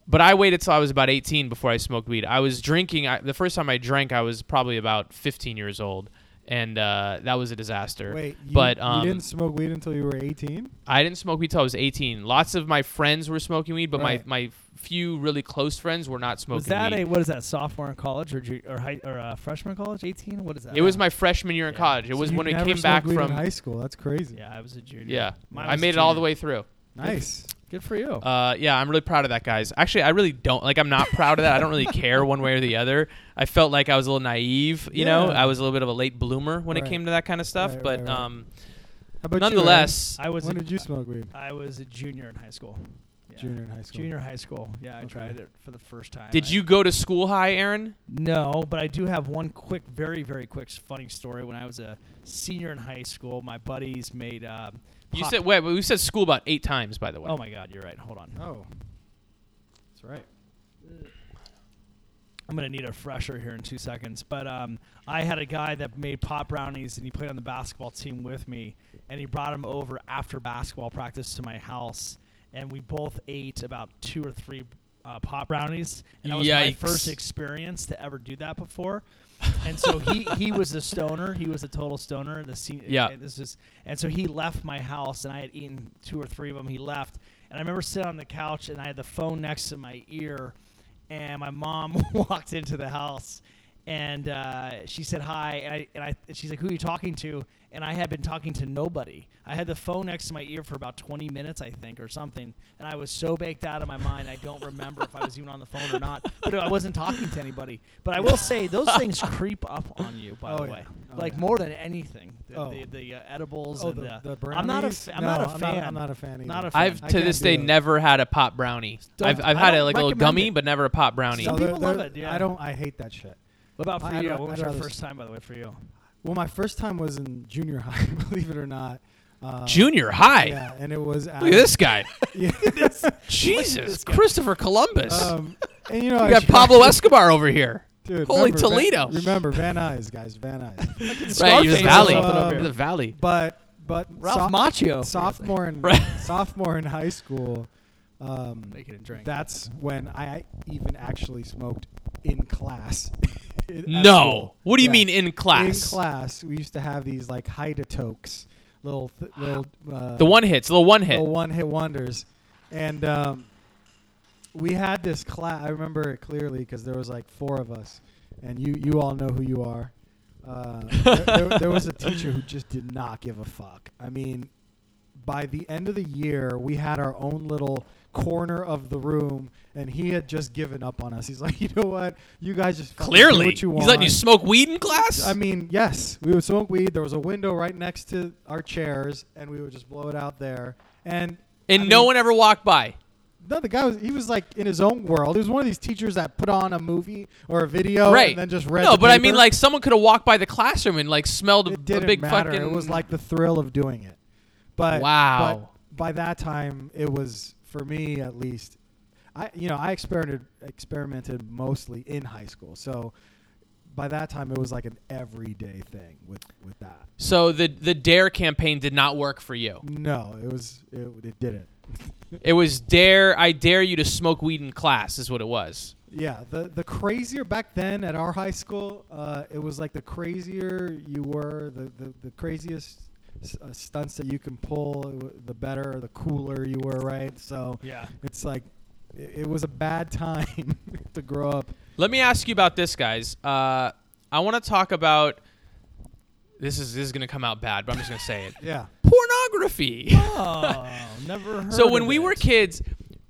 B: but I waited till I was about 18 before I smoked weed. I was drinking. I, the first time I drank, I was probably about 15 years old, and uh, that was a disaster.
A: Wait, you,
B: but
A: you
B: um,
A: didn't smoke weed until you were 18.
B: I didn't smoke weed till I was 18. Lots of my friends were smoking weed, but
A: Right.
B: my my few really close friends were not smoking
C: was that
B: weed.
C: a what is that sophomore in college or ju- or, high, or uh, freshman in college? Eighteen? What is that?
B: it was my freshman year in
C: Yeah.
B: college. It
A: So
B: was
A: you
B: when we
A: never
B: came
A: smoked
B: back
A: weed in
B: from
A: high school. That's crazy.
C: Yeah, I was a junior.
B: yeah.
C: Mine
B: I
C: was
B: made it all the
C: junior.
B: way through.
A: Nice.
C: Good for you.
B: Uh, yeah, I'm really proud of that, guys. Actually, I really don't like. I'm not proud of that. I don't really care one way or the other. I felt like I was a little naive. You know,
A: Yeah.
B: I was a little bit of a late bloomer when it
A: Right.
B: came to that kind of stuff.
A: Right,
B: but
A: right, right.
B: um,
A: How about you, Aaron?
B: nonetheless,
C: I was
A: when
C: a,
A: did you smoke weed?
C: I was a junior in high school. Yeah.
A: Junior in high school.
C: Junior high school. Yeah, I
A: Okay.
C: tried it for the first time.
B: did
C: I-
B: you go to school high, Aaron?
C: No, but I do have one quick, very, very quick, s- funny story. When I was a senior in high school, my buddies made. Um,
B: You
C: pop-
B: said wait, we said school about eight times, by the way.
C: Oh my God, you're right. Hold on.
A: Oh, that's right.
C: I'm gonna need a fresher here in two seconds. But um, I had a guy that made pop brownies, and he played on the basketball team with me, and he brought him over after basketball practice to my house, and we both ate about two or three uh, pop brownies, and that was my
B: Yikes.
C: first experience to ever do that before. and so he, he was a stoner. He was a total stoner. The senior,
B: Yeah.
C: and This is and so he left my house, and I had eaten two or three of them. He left, and I remember sitting on the couch, and I had the phone next to my ear, and my mom [laughs] walked into the house and uh, she said hi and I, and I and she's like who are you talking to and i had been talking to nobody i had the phone next to my ear for about 20 minutes i think or something and i was so baked out of my mind i don't remember if i was even on the phone or not but i wasn't talking to anybody but i will say
A: [laughs]
C: those things creep up on you by
A: Oh,
C: the
A: yeah.
C: way
A: Oh,
C: like
A: yeah.
C: more than anything the,
A: Oh.
C: the, the uh, edibles
A: Oh,
C: and
A: the,
C: the,
A: the brownies.
C: i'm not a f- i'm
A: No,
C: not a
A: I'm
C: fan
A: I'm not a fan either.
C: Not a fan.
B: I've
A: I
B: to
A: can't
B: this
A: do
B: day
A: that.
B: never had a pop brownie.
C: Don't-
B: I've, I've
C: I
B: had a,
C: don't
B: like a little
C: recommend
B: gummy,
C: it.
B: but never a pop brownie.
C: Some
A: they're-
C: people love
A: they're-
C: it, yeah.
A: I don't. I hate that shit.
C: what about for
A: I'd
C: you
A: ra-
C: what was your
A: I'd rather
C: first time by the way for you
A: Well, my first time was in junior [laughs] high, believe it or not. Um,
B: Junior high.
A: Yeah, and it was.
B: Look at this guy. [laughs]
A: Yeah.
B: Jesus, Christopher Columbus.
A: [laughs] um, and you know,
B: we
A: I
B: got
A: should-
B: Pablo Escobar over here.
A: Dude,
B: Holy
A: remember Van-
B: Toledo.
A: remember Van Nuys, guys, Van Nuys.
B: Right, you're the
C: Scarface or
B: valley.
A: something over
B: You're
A: here.
B: the valley.
A: But but
C: Ralph
A: soph-
C: Macchio.
A: sophomore
B: [laughs]
A: in
B: Right.
A: sophomore in high school. Um,
C: Making a drink.
A: that's when I even actually smoked in class. [laughs] At
B: No.
A: school.
B: What do you
A: Yeah.
B: mean in class?
A: In class, we used to have these like hide-a-tokes, little th- little uh,
B: The one hits, the one hit.
A: little one-hit wonders, and um, we had this class. I remember it clearly because there was like four of us, and you you all know who you are. Uh, there, there- there was a teacher who just did not give a fuck. I mean, by the end of the year, we had our own little corner of the room, and he had just given up on us. He's like, you know what, you guys just fucking do
B: Clearly.
A: what you want.
B: He's letting you smoke weed in class?
A: I mean, yes, we would smoke weed. There was a window right next to our chairs, and we would just blow it out there. And
B: and
A: I
B: no
A: mean,
B: one ever walked by.
A: no, the guy was he was like in his own world. He was one of these teachers that put on a movie or a video,
B: right.
A: and then just read.
B: no,
A: the
B: but I mean,
A: paper.
B: like, someone could have walked by the classroom and, like, smelled a-
A: it
B: a
A: didn't
B: big
A: matter.
B: fucking.
A: It was like the thrill of doing it. But
B: Wow.
A: but by that time, it was for me at least. I you know I experimented experimented mostly in high school, so by that time it was like an everyday thing with with that.
B: So the, the DARE campaign did not work for you.
A: No, it was it, it didn't.
B: It was DARE, I dare you to smoke weed in class, is what it was.
A: Yeah, the the crazier back then at our high school, uh, it was like the crazier you were, the the, the craziest s- uh, stunts that you can pull, it wa- the better, the cooler you were, right? So
C: yeah
A: it's like it, it was a bad [laughs] time to grow up.
B: Let me ask you about this, guys. Uh, I want to talk about. This is this is gonna come out bad, but I'm just gonna say it.
A: [laughs] Yeah,
B: Pornography.
C: oh never
B: [laughs]
C: heard
B: so when
C: of
B: we
C: it.
B: were kids,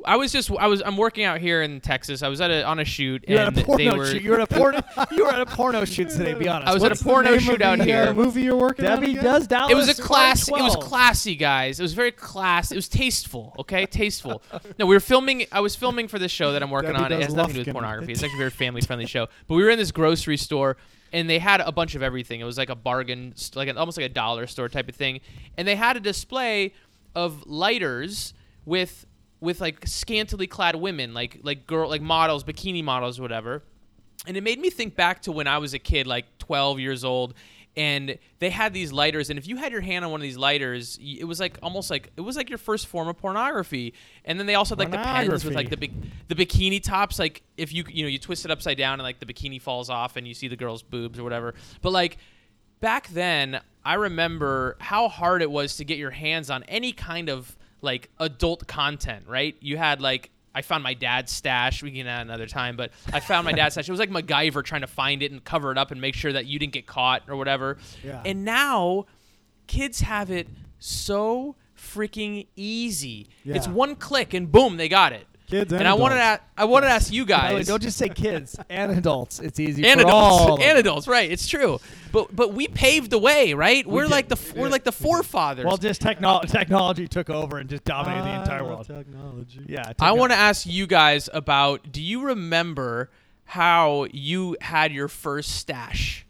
B: I was just I was I'm working out here in Texas. I was at a, on a shoot
C: You're
B: and
C: at a
B: they
C: porno
B: were
C: shoot. You're at a porno. You're at a porno shoot today. Be honest.
B: I was at a
C: What's the
B: porno
C: name
B: shoot
C: of the,
B: out
C: uh,
B: here.
C: movie?
A: movie you're working on
C: Debbie
A: again?
C: does Dallas.
B: it was a class. It was
C: 2012.
B: classy, guys. It was very class. It was tasteful. Okay, tasteful. no, we were filming. I was filming for this show that I'm working
A: Debbie
B: on. It
A: does
B: has nothing to do with
A: Lufkin.
B: pornography. It's actually a very family-friendly show. But we were in this grocery store, and they had a bunch of everything. It was like a bargain, st- like an, almost like a dollar store type of thing. And they had a display of lighters with with like scantily clad women, like like girl, like models, bikini models, whatever and it made me think back to when I was a kid, like 12 years old, and they had these lighters. And if you had your hand on one of these lighters, y- it was like almost like it was like your first form of pornography. And then they also had like the pens with like the big the bikini tops. Like if you you know you twist it upside down and like the bikini falls off and you see the girl's boobs or whatever. But like back then, I remember how hard it was to get your hands on any kind of like adult content, right? You had like I found my dad's stash. We can add another time, but I found my
A: [laughs]
B: dad's stash. It was like MacGyver trying to find it and cover it up and make sure that you didn't get caught or whatever.
A: Yeah.
B: And now kids have it so freaking easy. It's
A: Yeah.
B: one click and boom, they got it.
A: Kids and
B: and I wanted to
A: adults.
B: a- I wanted to ask you
C: By the way,
B: guys
C: don't just say
B: [laughs]
C: kids and adults. It's easy
B: and
C: for all.
B: adults,
C: of
B: and
C: them.
B: adults, right? It's true, but but we paved the way, right? We are
C: did.
B: like the f- we're like the forefathers.
C: Well, just technol technology took over and just dominated the entire
A: I love
C: world.
A: Technology.
C: yeah.
B: I want to ask you guys about. Do you remember how you had your first stash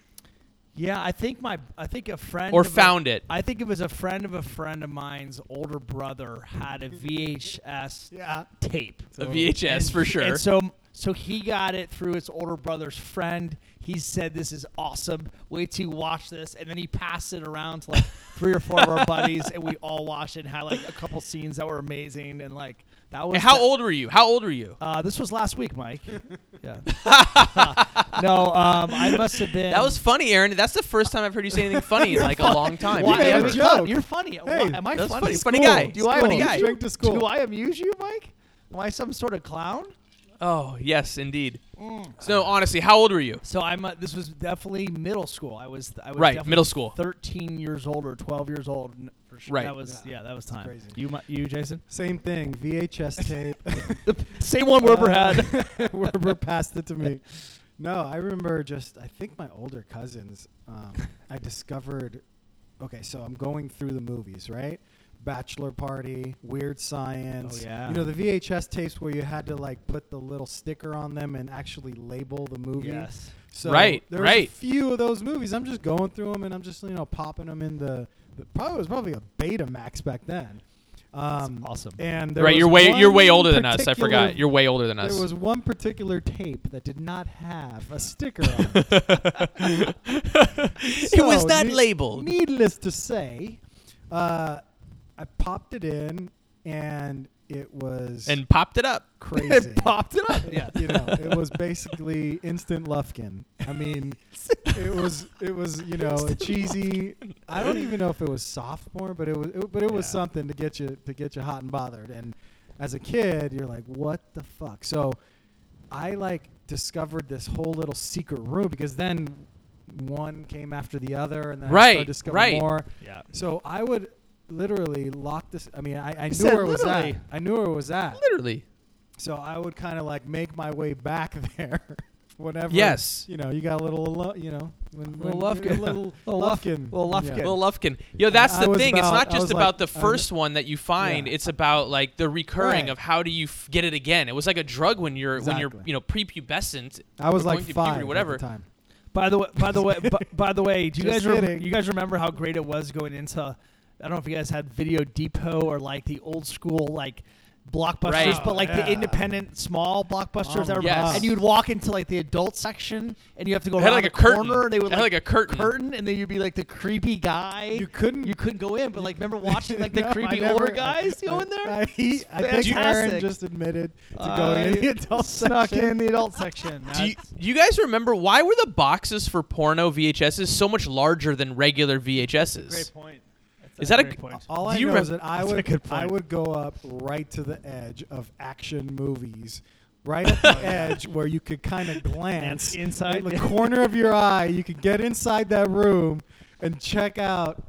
C: Yeah, I think my I think a friend
B: or
C: of a-
B: found it?
C: I think it was a friend of a friend of mine's older brother had a VHS
A: Yeah.
C: tape.
B: A VHS
C: Oh, And-
B: for sure.
C: And so so he got it through his older brother's friend. He said this is awesome. Wait till you watch this and then he passed it around to like three or four of our buddies and we all watched it and had like a couple scenes that were amazing and like that was
B: And how
C: the-
B: old were you? How old were you?
C: uh, this was last week,
B: [laughs]
C: Mike. Yeah. [laughs] no, um, I must have been.
B: That was funny, Aaron. That's the first time I've heard you say anything funny in like [laughs] a long time.
C: Why?
A: made a
C: Am I
A: joke.
C: fun- You're funny. Why-
A: Hey,
C: Am I
B: that's
C: funny?
B: funny. Funny guy.
C: Do I,
A: Funny
C: amuse-
A: guy. Strength to school.
C: do I amuse you, Mike? Am I some sort of clown?
B: Oh yes, indeed. So honestly, how old were you?
C: So I'm. A, this was definitely middle school. I was. I was
B: Right,
C: definitely
B: middle school.
C: 13 years old or 12 years old. n- For sure.
B: Right.
C: That was. Yeah, that was time.
A: crazy.
C: You, Mi- you, Jason.
A: Same thing. VHS tape. [laughs]
C: Same one Werber
B: Uh,
C: had.
B: [laughs]
A: Werber passed it to me. [laughs] No, I remember just, I think my older cousins, um, I discovered, okay, so I'm going through the movies, right? Bachelor Party, Weird Science.
C: Oh, yeah.
A: You know, the VHS tapes where you had to, like, put the little sticker on them and actually label the movie.
C: [laughs] Yes.
A: So
B: Right,
A: there
B: right.
A: was a few of those movies. I'm just going through them and I'm just, you know, popping them in the, the probably it was probably a Betamax back then. Um,
C: awesome.
A: And there
B: Right,
A: was
B: you're way you're way
A: one
B: older than us. I
A: particular
B: forgot. You're way older than us.
A: there was one particular tape that did not have a sticker on
B: [laughs]
A: it. [laughs]
B: it was
A: So,
B: not
A: ne-
B: labeled.
A: Needless to say, uh, I popped it in and it was
B: and popped it up.
A: [laughs] crazy.
C: Popped it up. Yeah.
A: you know, it was basically instant Lufkin.
C: [laughs]
A: I mean, it was it was you know a cheesy. I don't even know if it was sophomore, but it was it, but it was
C: Yeah.
A: something to get you to get you hot and bothered. And as a kid, you're like, what the fuck? So I like discovered this whole little secret room because then one came after the other, and then I
B: Right,
A: started discovering
B: right.
A: more.
C: Yeah.
A: So I would literally lock this. I mean, I, I knew
C: said
A: where it was at.
C: literally.
A: I knew where it was at.
B: [laughs] Literally.
A: So I would kind of like make my way back [laughs] there, whenever.
B: Yes.
A: You know, you got a little, alo- you know, when,
C: Little
A: when you're
C: Lufkin. [laughs]
A: a little,
C: Little Luf-
A: Lufkin,
C: little
A: Yeah.
C: Lufkin.
B: Little Lufkin. Yo, that's
A: I
B: the
A: was
B: thing. it's
A: about-
B: not
A: I
B: just
A: was
B: about
A: like,
B: the
A: I'm-
B: first one that you find.
A: Yeah.
B: It's about like the recurring
A: Right.
B: of how do you f- get it again. It was like a drug when you're when you're
A: Exactly.
B: you know prepubescent.
A: I was
B: or
A: like
B: going through
A: five,
B: puberty,
A: at
B: whatever.
A: the time.
C: By the way, by the way,
A: [laughs]
C: by, by the way, do you
A: Just
C: guys rem-
A: kidding.
C: you guys remember how great it was going into? I don't know if you guys had Video Depot or like the old school like blockbusters,
B: Right.
C: but like the
A: Oh, Yeah.
C: independent small blockbusters. that were,
B: Yes.
C: And you'd walk into like the adult section, and you have to go
B: It had like
C: around the
B: a curtain.
C: corner. And they would
B: It had like a curtain.
C: and then you'd be like the creepy guy.
A: You couldn't-
C: you couldn't go in. But like,
A: [laughs]
C: remember watching like the
A: No, I
C: creepy
A: never-
C: older guys go in there?
A: I, I, I think Aaron
C: Fantastic.
A: just admitted to
C: Uh,
A: going in the adult
C: snuck
A: section.
C: in the adult section.
B: Do you,
C: That's-
B: do you guys remember why were the boxes for porno VHSs so much larger than regular VHSs?
C: point. That's
B: Is that a
C: great
B: g-
C: point.
A: All
B: Do
A: I
B: you
A: know
B: remem-
A: is that I
C: That's a
A: would
C: good
A: I
C: point.
A: would go up right to the edge of action movies,
C: [laughs]
A: right at the edge where you could kind of glance
C: inside,
A: in the
C: yeah.
A: corner of your eye. You could get inside that room and check out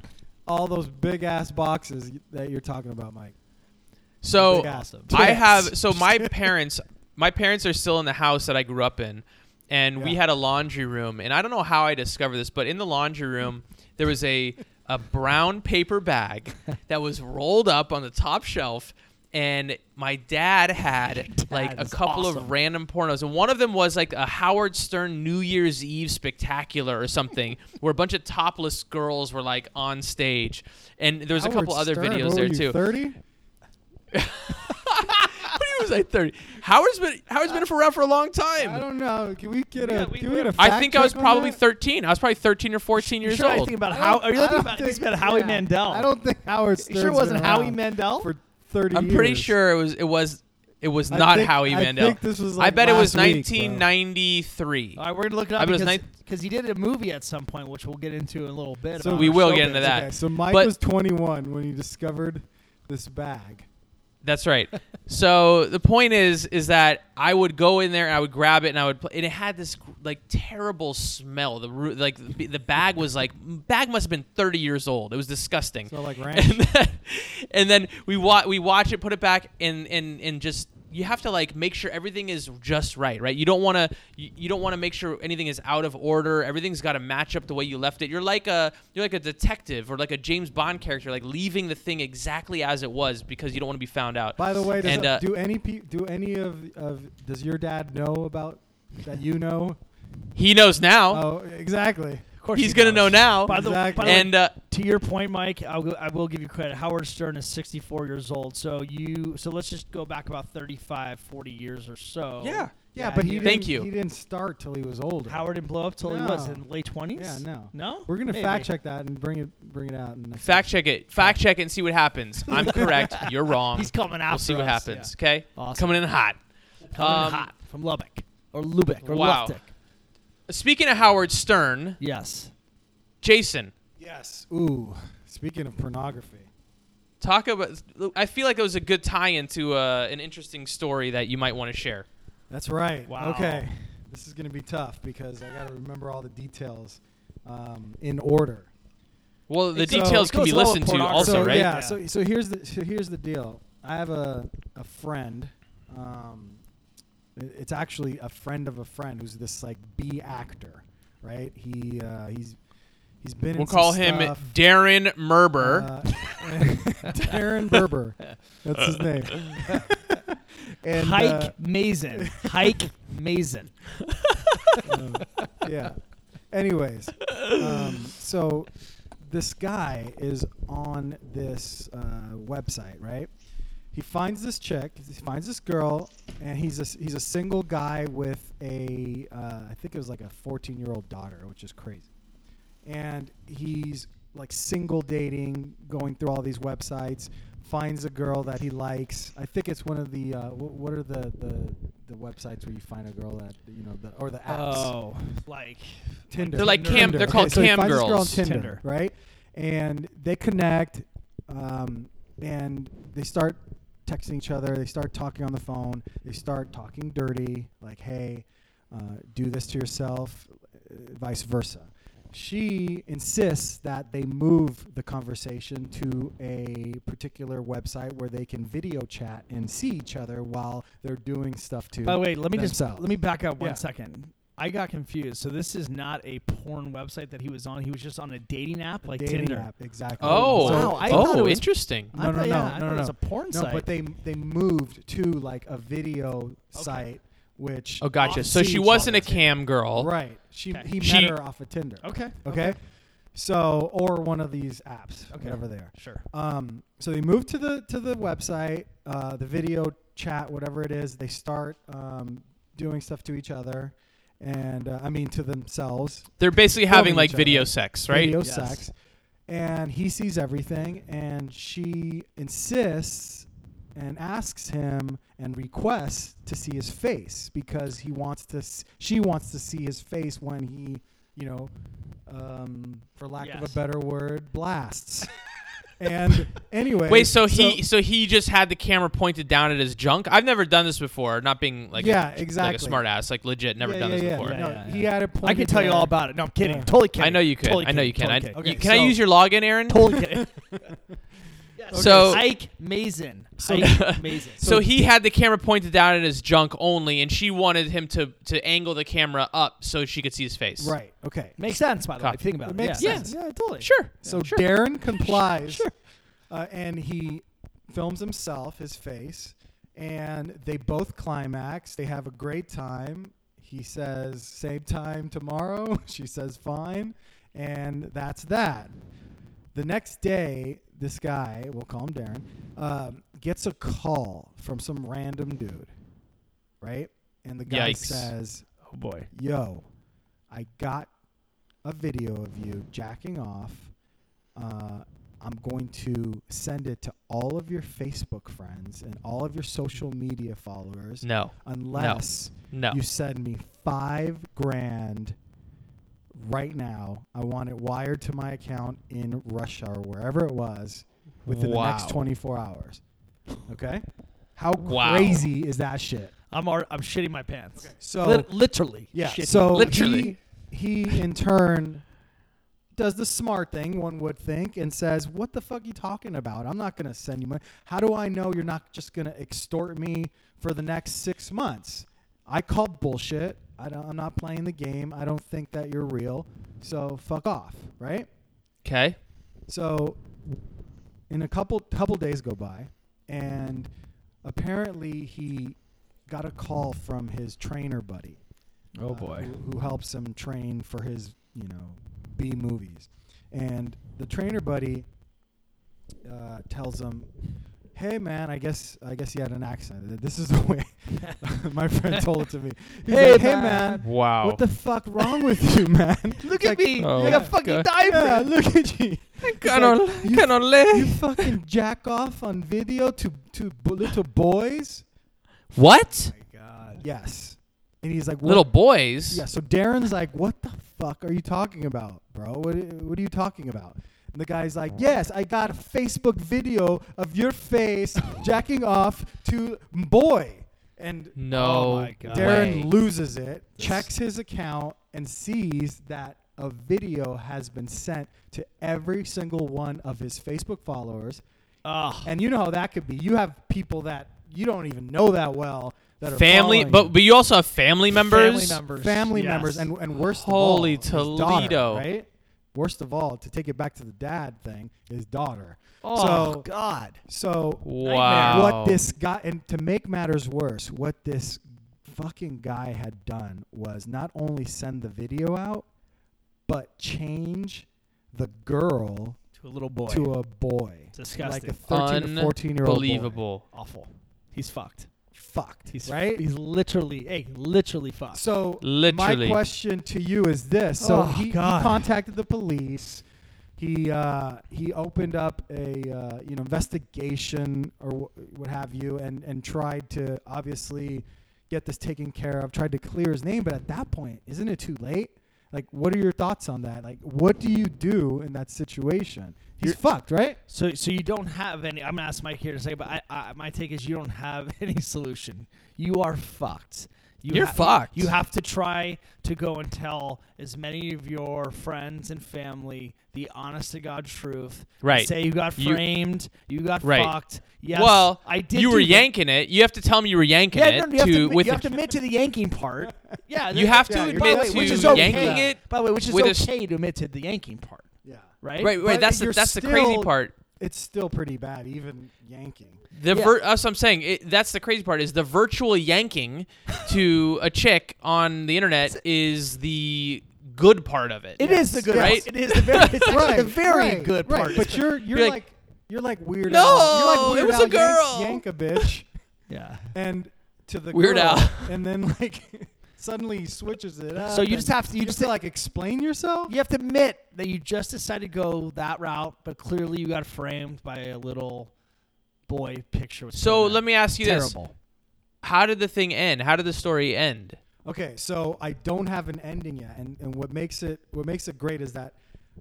A: all those big ass boxes that you're talking about, Mike. Big
B: So
A: ass.
B: I have so my parents my parents are still in the house that I grew up in and we
A: Yeah.
B: had a laundry room and I don't know how I discovered this but in the laundry room there was a a brown paper bag that was rolled up on the top shelf and my dad had like a
C: is
B: couple of
C: awesome.
B: random pornos and one of them was like a Howard Stern New Year's Eve spectacular or something where a bunch of topless girls were like on stage and there was a couple other videos there too
A: Thirty.
B: he was like 30. Howard's been Howard's been for around for a long
A: I
B: time.
A: don't know. Can we get a?
C: Yeah, we-
A: can we get a
B: I,
A: fact
B: think I was
A: check on
B: probably
A: that?
B: 13. I was probably 13 or 14 years
C: sure I
B: old.
C: think about
A: I
C: how.
A: don't-
C: Are you
A: I
C: looking
A: don't
C: about,
A: think-
C: thinking about Howie
A: yeah.
C: Mandel?
A: I don't think Howard.
C: You sure it
A: Stern's
C: wasn't
A: been
C: Howie
A: around
C: Mandel? [laughs]
A: for thirty.
B: I'm pretty
A: years.
B: sure it was it was it was
A: I
B: not
A: think-
B: Howie
A: I
B: Mandel.
A: think this was, like,
B: I bet it was
A: last week, bro.
B: 1993.
C: All right, we're gonna look it
B: I bet
C: up
B: it was
C: because
B: ninth-
C: because he did a movie at some point, which we'll get into in a little bit.
A: So
C: about.
B: we will get
A: showbiz.
B: into that.
A: Okay, so Mike
B: But-
A: was 21 when he discovered this bag.
B: That's right. so the point is, is that I would go in there and I would grab it and I would, pl- and it had this like terrible smell. The ru- like the the bag was like bag must have been thirty years old. It was disgusting.
A: So like
B: and [laughs]
A: ranch.
B: then, and then we watch we watch it, put it back, and and and just you have to like make sure everything is just right, right? You don't want to you, you don't want to make sure anything is out of order. Everything's got to match up the way you left it. You're like a you're like a detective or like a James Bond character, like leaving the thing exactly as it was because you don't want to be found out.
A: By the way, does
B: and uh,
A: do any pe- do any of, of does your dad know about that you know?
B: he knows now.
A: Oh, exactly.
C: of course
B: He's
C: he
B: gonna know
C: knows.
B: now.
C: By the, by
A: Exactly.
C: the way,
B: and uh,
C: to your point, Mike, I'll go, I will give you credit. Howard Stern is 64 years old, so you so let's just go back about 35, 40 years or so.
B: Yeah.
A: Yeah, but he
C: you-
B: Thank
A: didn't,
B: you.
A: He didn't start till he was older.
C: Howard didn't blow up till he was
A: No.
C: in late 20s.
A: Yeah, no.
C: no.
A: We're gonna
C: Maybe.
A: fact check that and bring it bring it out. In the
B: fact check it. Fact check it and see what happens. I'm
C: [laughs]
B: correct. You're wrong.
C: He's coming out.
B: we'll see what happens. Okay,
C: Awesome.
B: coming in hot.
C: Coming in
B: Um,
C: hot from Lubbock or Lubeck or
B: Wow.
C: Luftick.
B: Speaking of Howard Stern,
C: Yes.
B: Jason,
A: Yes. Ooh. Speaking of pornography.
B: talk about. I feel like it was a good tie-in to uh, an interesting story that you might want to share.
A: That's right.
C: Wow.
A: Okay. This is going to be tough because I got to remember all the details um, in order.
B: Well, the
A: So-
B: details can be
C: goes all
B: listened to,
C: pornography.
B: also,
A: so,
B: right?
A: Yeah.
C: Yeah.
A: So, so here's the so here's the deal. I have a a friend. Um, i- it's actually a friend of a friend who's this like B actor, right? He uh, he's he's been. in
B: We'll
A: some
B: call him
A: stuff.
B: Darren Merber.
A: Uh, [laughs] Darren Berber. That's his
B: [laughs]
A: name. and uh,
C: Hike Mason. Hike
A: [laughs]
C: Mason.
A: yeah. Anyways, um, so this guy is on this uh, website, right? He finds this chick, he finds this girl, and he's a, he's a single guy with a uh, I think it was like a 14 year old daughter, which is crazy. And he's like single dating, going through all these websites, finds a girl that he likes. I think it's one of the uh, what, what are the, the the websites where you find a girl that you know the or the apps.
C: Oh, like
A: Tinder.
B: They're like
A: Tinder.
B: cam- they're called
A: so he
B: cam
A: finds this girl
B: girls.
A: on Tinder,
C: Tinder.
A: right? And they connect, um, and they start texting each other. They start talking on the phone. They start talking dirty, like, "Hey, uh, do this to yourself," uh, vice versa. She insists that they move the conversation to a particular website where they can video chat and see each other while they're doing stuff too.
C: By the way, let me just
A: themselves.
C: let me back up one
A: Yeah.
C: second. I got confused. So this is not a porn website that he was on. He was just on a dating app like
A: dating
C: Tinder.
A: app exactly.
B: oh,
A: So-
C: Wow, I thought it
B: oh,
C: was-
B: interesting.
A: No,
C: I
A: no,
C: thought-
A: no,
C: yeah, I
A: no,
C: thought
A: no,
C: It was
A: no.
C: a porn
A: No,
C: site.
A: but they they moved to like a video site, which
B: Oh, gotcha.
A: off-
B: So
A: see
B: she
A: each
B: wasn't a
A: other.
B: cam girl.
A: Right. She
C: Okay.
A: he
B: She-
A: met her off of Tinder.
C: okay.
A: Okay. So or one of these apps,
C: Okay.
A: whatever they are.
C: Sure.
A: Um, so they move to the to the website, uh, the video chat, whatever it is. They start um, doing stuff to each other, and uh, I mean to themselves.
B: They're basically
A: Filming
B: having like
A: each other.
B: video sex, right?
A: Video
C: Yes.
A: sex. And he sees everything, and she insists and asks him and requests to see his face because he wants to. s- She wants to see his face when he, you know, um, for lack of a
C: Yes.
A: better word,
C: [laughs]
A: blasts. and anyway,
B: Wait, so he so, he just had the camera pointed down at his junk. I've never done this before. Not being like
A: Yeah,
B: a,
A: exactly.
B: like a smart ass, like legit, never
A: Yeah,
B: done
A: yeah,
B: this
A: yeah.
B: before.
A: No,
C: Yeah, yeah,
A: He
C: yeah.
A: had
C: I
A: it.
C: can
A: pointed
C: tell you all
A: there.
C: about it. No, I'm kidding.
A: Yeah.
C: Totally kidding.
B: I know you could.
C: Totally
B: I know
C: kidding.
B: you can.
C: [laughs] Totally
B: I,
C: kidding.
B: you-
A: kidding.
B: can I [laughs]
A: Okay,
B: use your login, Aaron?
C: Totally kidding.
A: Yes,
I: So
C: Ike Mason.
A: So-
C: Ike Mason.
I: So he had the camera pointed down at his junk only, and she wanted him to to angle the camera up so she could see his face.
A: Right. Okay.
C: makes sense by the way.
I: Copy.
C: Think about it.
A: It makes
C: yeah.
A: sense.
C: Yeah, totally.
I: Sure.
A: So
I: sure.
A: Darren complies, uh, and he films himself, his face, and they both climax. They have a great time. He says, "Same time tomorrow." [laughs] She says, "Fine," and that's that. The next day, this guy, we'll call him Darren, um, gets a call from some random dude, right? And the guy
I: Yikes.
A: says,
C: Oh boy.
A: yo, I got a video of you jacking off. Uh, I'm going to send it to all of your Facebook friends and all of your social media followers
I: No.
A: unless
I: No.
A: you send me five grand right now. I want it wired to my account in rush hour, wherever it was, within the
I: Wow.
A: next 24 hours. Okay? How
I: Wow.
A: crazy is that shit?
C: I'm al- I'm shitting my pants.
A: So
C: Lit- literally.
A: yeah.
C: shitting.
A: So
I: Literally.
A: he, he in turn does the smart thing one would think and says, "What the fuck you talking about? I'm not going to send you money. How do I know you're not just going to extort me for the next 6 months? I call bullshit. I don't, I'm not playing the game. I don't think that you're real. So fuck off, right?
I: Okay.
A: So, in a couple couple days go by, and apparently he got a call from his trainer buddy. Oh boy! Who, who helps him train for his you know B movies, and the trainer buddy uh, tells him. Hey man, I guess I guess he had an accent. This is the way [laughs] my friend told it to me. He's
C: Hey,
A: like, "Hey
C: man."
A: man,
I: Wow.
A: what the fuck wrong with you, [laughs] man?
C: Look
A: It's
C: at
A: like,
C: me.
E: Oh,
C: like
E: yeah.
C: a fucking
E: Okay.
A: Yeah,
C: diaper.
A: look at you.
I: Cannot,
A: you-
I: cannot
A: you
I: live.
A: fucking jack off on video to to b- little boys?
I: What?
A: Yes. And he's like, what?
I: Little boys.
A: Yeah. So Darren's like, what the fuck are you talking about, bro? What i- what are you talking about? And the guy's like, yes, I got a Facebook video of
I: [laughs]
A: your face jacking off to m- boy. And um,
I: No.
C: Oh my God.
A: Darren
I: way.
A: loses it, checks his account, and sees that a video has been sent to every single one of his Facebook followers.
C: Ugh.
A: And you know how that could be. You have people that you don't even know that well that are
I: family,
A: following
I: but but you also have family members.
C: Family
A: you.
C: members.
A: family
C: Yes.
A: members, and and worst
I: Holy
A: of all, his daughter,
I: Toledo.
A: right? Worst of all, to take it back to the dad thing, his daughter.
C: Oh
A: so
C: God.
A: so
I: Wow.
A: what this guy and to make matters worse, what this fucking guy had done was not only send the video out, but change the girl
C: To a little boy.
A: to a boy.
C: Disgusting.
A: Like a 13 to 14 year old. boy.
I: Unbelievable.
C: awful. He's fucked.
A: Fucked.
C: He's
A: right?
C: He's literally, hey, literally fucked.
A: So
I: Literally.
A: my question to you is this:
C: Oh,
A: So he, he
C: God.
A: contacted the police. He uh, he opened up a uh, you know investigation or wh- what have you, and and tried to obviously get this taken care of. Tried to clear his name, but at that point, isn't it too late? Like, what are your thoughts on that? Like, what do you do in that situation? He's fucked, right?
C: So, so you don't have any. I'm gonna ask Mike here in a second, but I, I, my take is you don't have [laughs] any solution. You are fucked. You
I: You're fucked.
C: You have to try to go and tell as many of your friends and family the honest to god truth.
I: Right.
C: Say you got
I: You-
C: framed. You, got
I: Right.
C: fucked. Yes.
I: well,
C: I did.
I: You
C: do
I: were
C: that.
I: yanking it. You have to tell me you were yanking
C: Yeah,
I: it
C: no, you, have to,
I: to
C: admit-
I: with
C: you
I: the
C: have to admit to the
I: [laughs]
C: yanking part. Yeah.
I: You have to
A: Yeah, you're
I: admit
A: right.
I: to
A: Which is okay.
I: yanking it.
C: By the way, which is
I: with a s-
C: okay to admit to the yanking part,
A: Yeah.
C: right?
I: Right, right.
A: But
I: That's the,
A: you're
I: that's the crazy
A: still-
I: part.
A: It's still pretty bad, even yanking.
I: The
C: Yeah.
I: vir- that's what I'm saying. It, that's the crazy part is the virtual
A: [laughs]
I: yanking to a chick on the internet is the good part of it.
C: It is the good
A: yes.
C: part. It is the
A: [laughs]
I: [laughs]
C: very, [laughs] it's actually
A: right,
C: the very
A: right,
C: good
A: right.
C: part.
A: But you're you're,
I: You're like,
A: like, you're like weird.
I: "No,
A: Al. you're like
I: it
A: Weird
I: was a
A: Al
I: girl."
A: Yank, yank a bitch,
C: yeah.
A: and to the
I: Weird
A: girl,
I: Al.
A: and then like [laughs] suddenly he switches it up.
C: So you just
A: and
C: have to you
A: you
C: just
A: just to, like explain yourself.
C: you have to admit that you just decided to go that route, but clearly you got framed by a little boy picture. With
I: So let me ask you this:
C: terrible.
I: How did the thing end? How did the story end?
A: Okay, so I don't have an ending yet, and, and what makes it what makes it great is that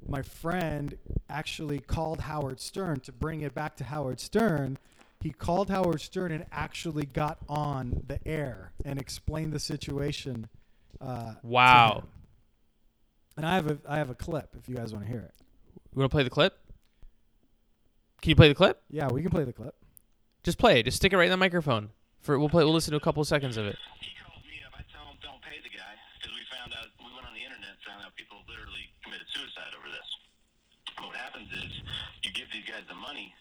A: my friend actually called Howard Stern to bring it back to Howard Stern. He called Howard Stern and actually got on the air and explained the situation. Uh, to
I: Wow.
A: him. And I have a I have a clip if you guys want to hear it.
I: You want to play the clip?
B: Can you play the clip?
A: Yeah, we can play the clip.
B: Just play. it. Just stick it right in the microphone. For we'll play. We'll listen to a couple seconds of it.
J: He called me up. I tell him don't pay the guy because we found out we went on the internet and found out people literally committed suicide over this. But what happens is you give these guys the money,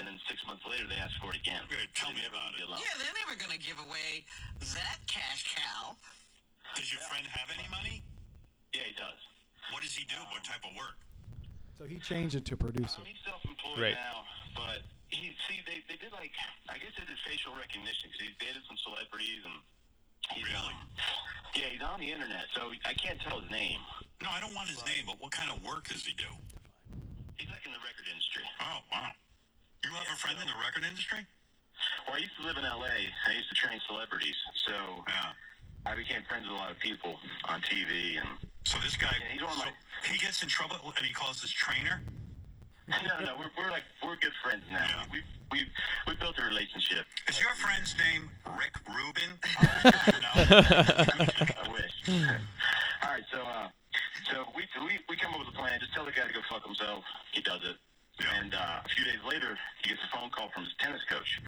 J: and then six months later they ask for it again. Good. Tell me about it.
K: Yeah, they're never going to give away that cash cow.
J: Does your friend have any money? Yeah, he does. What does he do? What type of work?
A: So he changed it to producer.
J: Um, he's self-employed
B: Right.
J: now, but he see they, they did like I guess they did facial recognition because he's dated some celebrities and he's, really yeah he's on the internet so I can't tell his name. No, I don't want his name, but what kind of work does he do? He's like in the record industry. Oh wow, you have a friend in the record industry? Well, I used to live in LA. I used to train celebrities, so I became friends with a lot of people on TV and. So this guy, he's one of my, he gets in trouble and he calls his trainer. No, no, no. We're, we're like we're good friends now. We we we built a relationship. Is your friend's name Rick [laughs] Rubin? Oh, no. I wish. All right, so uh, so we, we we come up with a plan. Just tell the guy to go fuck himself. He does it. And uh, a few days later, he gets a phone call from his tennis coach.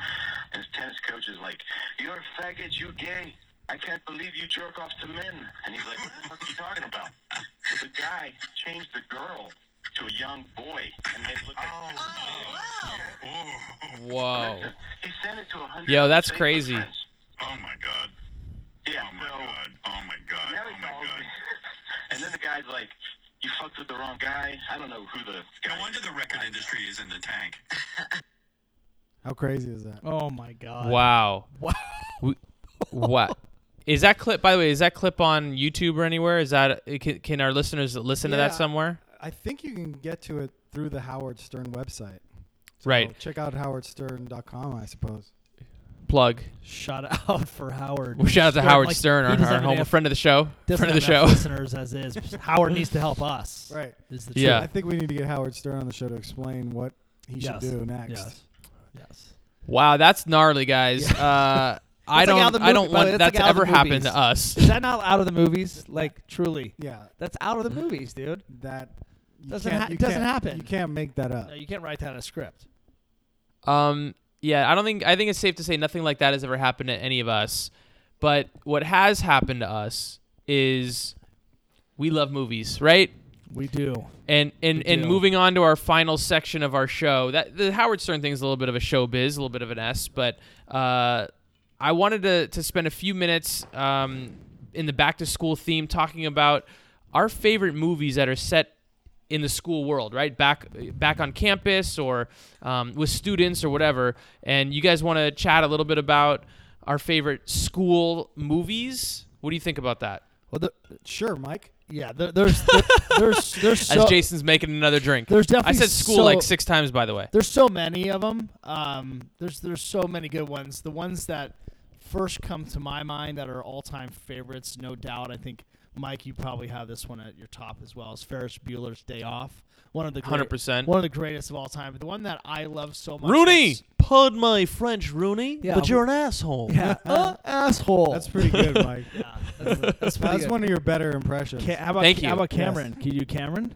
J: And his tennis coach is like, "You're a faggot. You gay." I can't believe you jerk off to men. And he's like, what the fuck are you talking about? So the guy changed the girl to a young boy. And they looked at Oh,
B: Whoa.
J: He sent it to a hundred.
B: Yo, that's
J: Facebook
B: crazy.
J: friends. Oh my god. Yeah. Oh my god. Oh my god. Oh my god. and then the guy's like, "You fucked with the wrong guy." I don't know who the. No wonder the record industry is in the tank. [laughs]
A: How crazy is that?
C: Oh my god.
B: Wow.
C: Wow.
B: We- what? Is that clip? By the way, is that clip on YouTube or anywhere? Is that uh, can, can our listeners listen to
A: Yeah.
B: that somewhere?
A: I think you can get to it through the Howard Stern website. So
B: Right.
A: Check out howardstern.com, I suppose.
B: Plug.
C: Shout out for Howard.
B: Well, shout out to
C: Stern,
B: Howard
C: like,
B: Stern,
C: he
B: our,
C: doesn't
B: our
C: even
B: home
C: have-
B: friend of the show.
C: doesn't
B: Friend of the
C: have enough
B: show.
C: listeners as is.
B: [laughs]
C: Howard needs to help us.
A: Right.
C: Is the
B: Yeah.
A: I think we need to get Howard Stern on the show to explain what he
C: truth. Yes.
A: should do next.
C: Yes. Yes.
B: Wow, that's gnarly, guys. Uh, I
C: That's like
B: don't.
C: out of the
B: I don't
C: movie, by the
B: want
C: way,
B: that
C: that's
B: to
C: like out of
B: ever
C: the
B: happen
C: movies.
B: to us.
C: Is that not out of the movies? Like truly.
A: Yeah.
C: That's out of the movies, dude.
A: That you
C: Doesn't
A: can't-
C: ha-
A: you
C: doesn't
A: can't-
C: happen.
A: You can't make that up.
C: No, you can't write that in a script.
B: Um, yeah, I don't think I think it's safe to say nothing like that has ever happened to any of us. But what has happened to us is we love movies, right?
C: We do.
B: And and,
C: We
B: and
C: do.
B: moving on to our final section of our show, that the Howard Stern thing is a little bit of a showbiz, a little bit of an S, but uh, I wanted to to spend a few minutes um, in the back to school theme talking about our favorite movies that are set in the school world, right? Back back on campus or um, with students or whatever. And you guys want to chat a little bit about our favorite school movies? What do you think about that?
C: Well, the,
A: Sure, Mike.
C: yeah. There, there's there, there's there's so,
B: As Jason's making another drink.
C: there's
B: I
C: definitely
B: said school
C: so-
B: like six times, by the way.
C: There's so many of them. Um, there's there's so many good ones. The ones that first come to my mind that are all time favorites, no doubt. I think Mike, you probably have this one at your top as well. Is Ferris Bueller's Day Off? One of the great-
B: 100%.
C: One of the greatest of all time. But the one that I love so much.
B: Rooney!
C: is-
I: Pardon my French, Rooney,
C: Yeah, but you're
I: an asshole.
C: [laughs] Uh, asshole.
A: That's pretty good, Mike.
C: [laughs] Yeah, that's, that's pretty
A: That's
C: good.
A: one of your better impressions.
C: Ca- how about
B: Thank
C: Ca- How
B: you.
C: about Cameron? Can you do Cameron?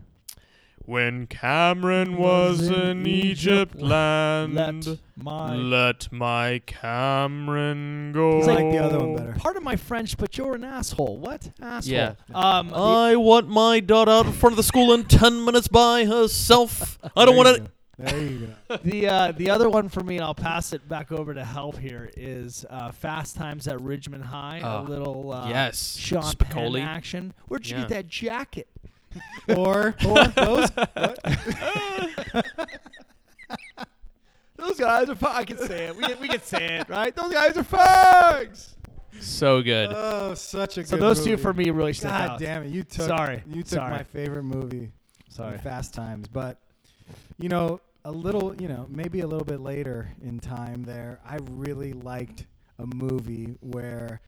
E: When Cameron was in Egypt land,
C: my.
E: let my Cameron go.
A: He's like the other one better.
C: Part of my French, but you're an asshole. What asshole?
B: Yeah.
C: Um.
B: Oh,
I: I want my daughter out in front of the school in 10 minutes by herself. I don't want to.
A: There you
C: [laughs]
A: go.
C: the uh, the other one for me, and I'll pass it back over to help here, is uh, Fast Times at Ridgemont High.
B: Oh,
C: a little uh,
B: yes.
C: Sean
B: Spicoli.
C: Penn action. Where'd you
B: Yeah.
C: get that jacket?
A: or
C: [laughs]
A: or those
C: Those guys are. Fu- I
A: [laughs]
C: can say it. We can, we can say it, right? Those guys are fags.
B: So good.
A: oh, such a
C: So
A: good
C: those two
A: movie.
C: for me really stick
A: God
C: out.
A: damn it! You took
C: Sorry.
A: You took
C: Sorry.
A: my favorite movie.
C: Sorry.
A: Fast Times, but you know, a little, you know, maybe a little bit later in time there, I really liked a movie where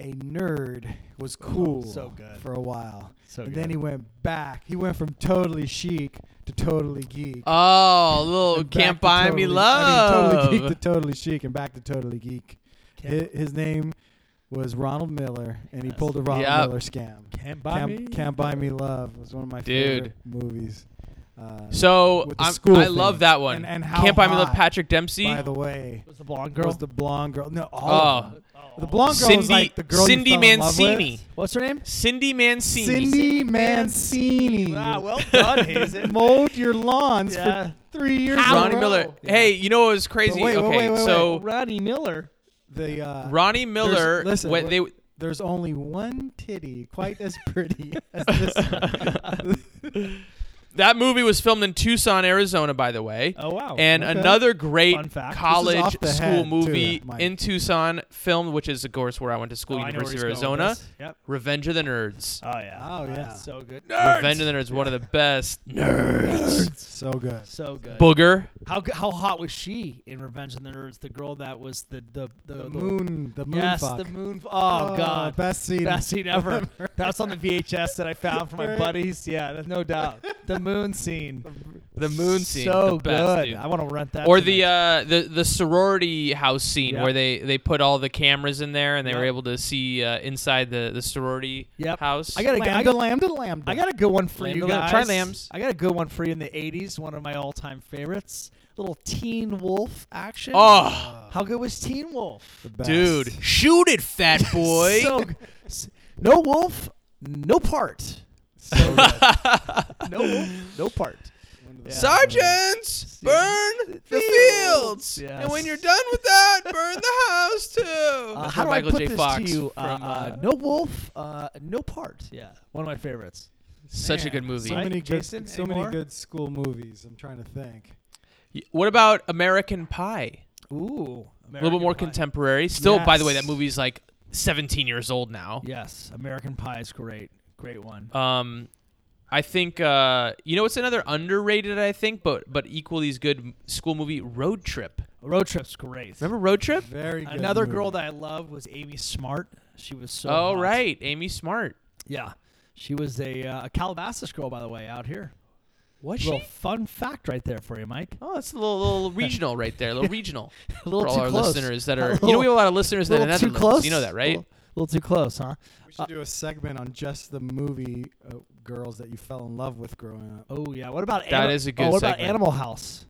A: a nerd was cool
C: Oh, so good.
A: for a while.
C: So
A: and
C: good.
A: then he went back. He went from totally chic to totally geek.
B: Oh, little
A: and back
B: can't
A: to
B: buy
A: totally-
B: me
A: I mean,
B: love.
A: totally geek to totally chic and back to totally geek. Hi-
C: Can't-
A: His, name was Ronald Miller, and he
C: Yes.
A: pulled a Ronald
B: Yep.
A: Miller scam.
C: Can't
A: Can't, Can't buy me love was one of my
B: Dude.
A: favorite movies. Uh,
B: So
A: with the
B: I'm,
A: school
B: I love
A: thing.
B: that one.
A: And, and how
B: Can't buy me love
A: hot,
B: Patrick Dempsey.
A: By the way,
C: was the blonde
A: was
C: girl?
A: the blonde girl? No, all of
B: Oh.
A: them. the blonde girl was
B: Cindy-
A: like the girl
B: Cindy
A: you fell in love with.
B: Mancini.
C: What's her name?
B: Cindy Mancini.
A: Cindy Mancini.
C: Ah, well
A: [laughs]
C: done, Hazen.
A: Mowed your lawns
C: Yeah.
A: for three years. in a
B: Ronnie
A: row.
B: Miller. Hey, you know what was crazy?
A: wait, wait,
B: okay,
A: wait, wait,
B: so
C: Ronnie Miller.
A: The uh,
B: Ronnie
A: there's-
B: Miller.
A: Listen,
B: when they
A: there's only one titty quite as pretty as
C: [laughs]
A: this one.
B: that movie was filmed in Tucson, Arizona, by the way.
C: Oh wow.
B: And
A: Okay.
B: another great
C: Fun fact. This is
A: off
B: college
A: the
B: school
A: head, too,
B: movie
A: Mike.
B: in Tucson filmed, which is of course where I went to school,
C: Oh, I know where
B: University
C: he's
B: of
C: going with
B: Arizona.
C: this. Yep.
B: Revenge of the Nerds.
C: Oh yeah.
A: Oh, yeah.
C: That's so good.
B: Revenge of the Nerds, one of the best. Nerds.
A: so good.
C: So good.
B: Booger.
C: How g- how hot was she in Revenge of the Nerds? The girl that was the the the,
A: The
C: the-
A: moon. The moon.
C: Yes,
A: fuck. Ah,
C: the moon. f- Oh, god,
A: Best scene.
C: best scene ever.
B: [laughs]
C: That's on the VHS that I found for my
A: Right.
C: buddies. Yeah, there's
B: [laughs]
C: no doubt. The moon scene.
B: The moon scene.
C: So
B: the best,
C: good.
B: dude.
C: I want to rent that.
B: or
C: tonight.
B: the uh, the the sorority house scene
C: Yeah.
B: where they, they put all the cameras in there and they were
C: Yeah.
B: able to see uh, inside the the sorority
C: Yep.
B: house.
C: I gotta go. I
A: Lambda,
C: got,
A: lambda, lambda.
C: I got a good one for you
B: Lambda
C: guys.
B: lamb. Try lambs.
C: I got a good one for you in the '80s. One of my all-time favorites. Little Teen Wolf action.
B: Oh,
C: how good was Teen Wolf?
A: The best.
B: dude, shoot it, fat
C: [laughs]
B: boy. [laughs]
C: So g- s- no wolf, no part. So [laughs] good. no wolf,
B: [laughs]
C: no part. uh, Yeah.
B: Sergeants, burn the fields, and when
C: Yes.
B: you're done with
C: [laughs]
B: that, burn the house too.
C: Uh,
B: That's
C: how
B: by
C: do
B: Michael
C: I put
B: J.
C: this
B: Fox
C: to you? Uh,
B: from,
C: uh,
B: uh,
C: no wolf, uh, no part. Yeah, one of my favorites.
B: such a
C: Man,
B: good movie.
A: So
C: Right,
A: many
C: Jason,
A: good. So
C: any
A: many
C: more?
A: good school movies. I'm trying to think.
B: Y- What about American Pie?
C: Ooh,
B: A little bit more contemporary. Still, by the way, that
C: Yes.
B: movie's like 17 years old now.
C: Yes, American Pie is great. Great one.
B: Um, I think uh, you know what's another underrated. I think, but but equally as good m- school movie, Road Trip.
C: Road Trip's great.
B: Remember Road Trip?
A: Very good.
C: Another girl
A: movie.
C: that I loved was Amy Smart. She was so.
B: oh
C: hot.
B: right, Amy Smart.
C: Yeah, she was a, uh, a Calabasas girl, by the way, out here.
B: Was
C: Little
B: she?
C: fun fact right there for you, Mike.
B: Oh, that's a little,
C: [laughs]
B: little regional right there. A little regional.
C: A little
B: [laughs] for all
C: too
B: our
C: close.
B: listeners that
C: [laughs] A
B: are, you know,
C: little-
B: we have a lot of listeners that are in
C: little too
B: Netherlands.
C: close.
B: You know that, right?
C: little, little too close, huh?
A: We should do a segment on just the movie uh, girls that you fell in love with growing up.
C: Oh yeah. What about that is
B: That is a good
C: Oh, what about
B: segment.
C: Animal House?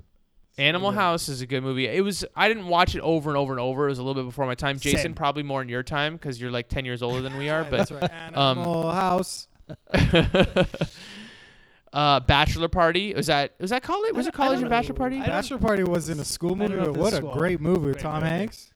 B: Animal House is a good movie. It was. I didn't watch it over and over and over. It was a little bit before my time. Jason,
C: Same.
B: probably more in your time because you're like 10 years older than we
C: [laughs]
B: are.
A: Yeah,
B: But
A: that's right.
C: Um,
A: Animal House.
B: [laughs] uh, bachelor party was that? Was that college? Was
C: I
B: it
C: don't- I
B: college
C: don't
B: and bachelor
C: know.
B: party?
C: I don't-
A: Bachelor Party wasn't a school
C: don't
A: movie,
C: know
A: but
C: if
A: what
C: this
A: a
C: was-
A: great movie with
C: Great
A: Tom
C: movie.
A: Hanks.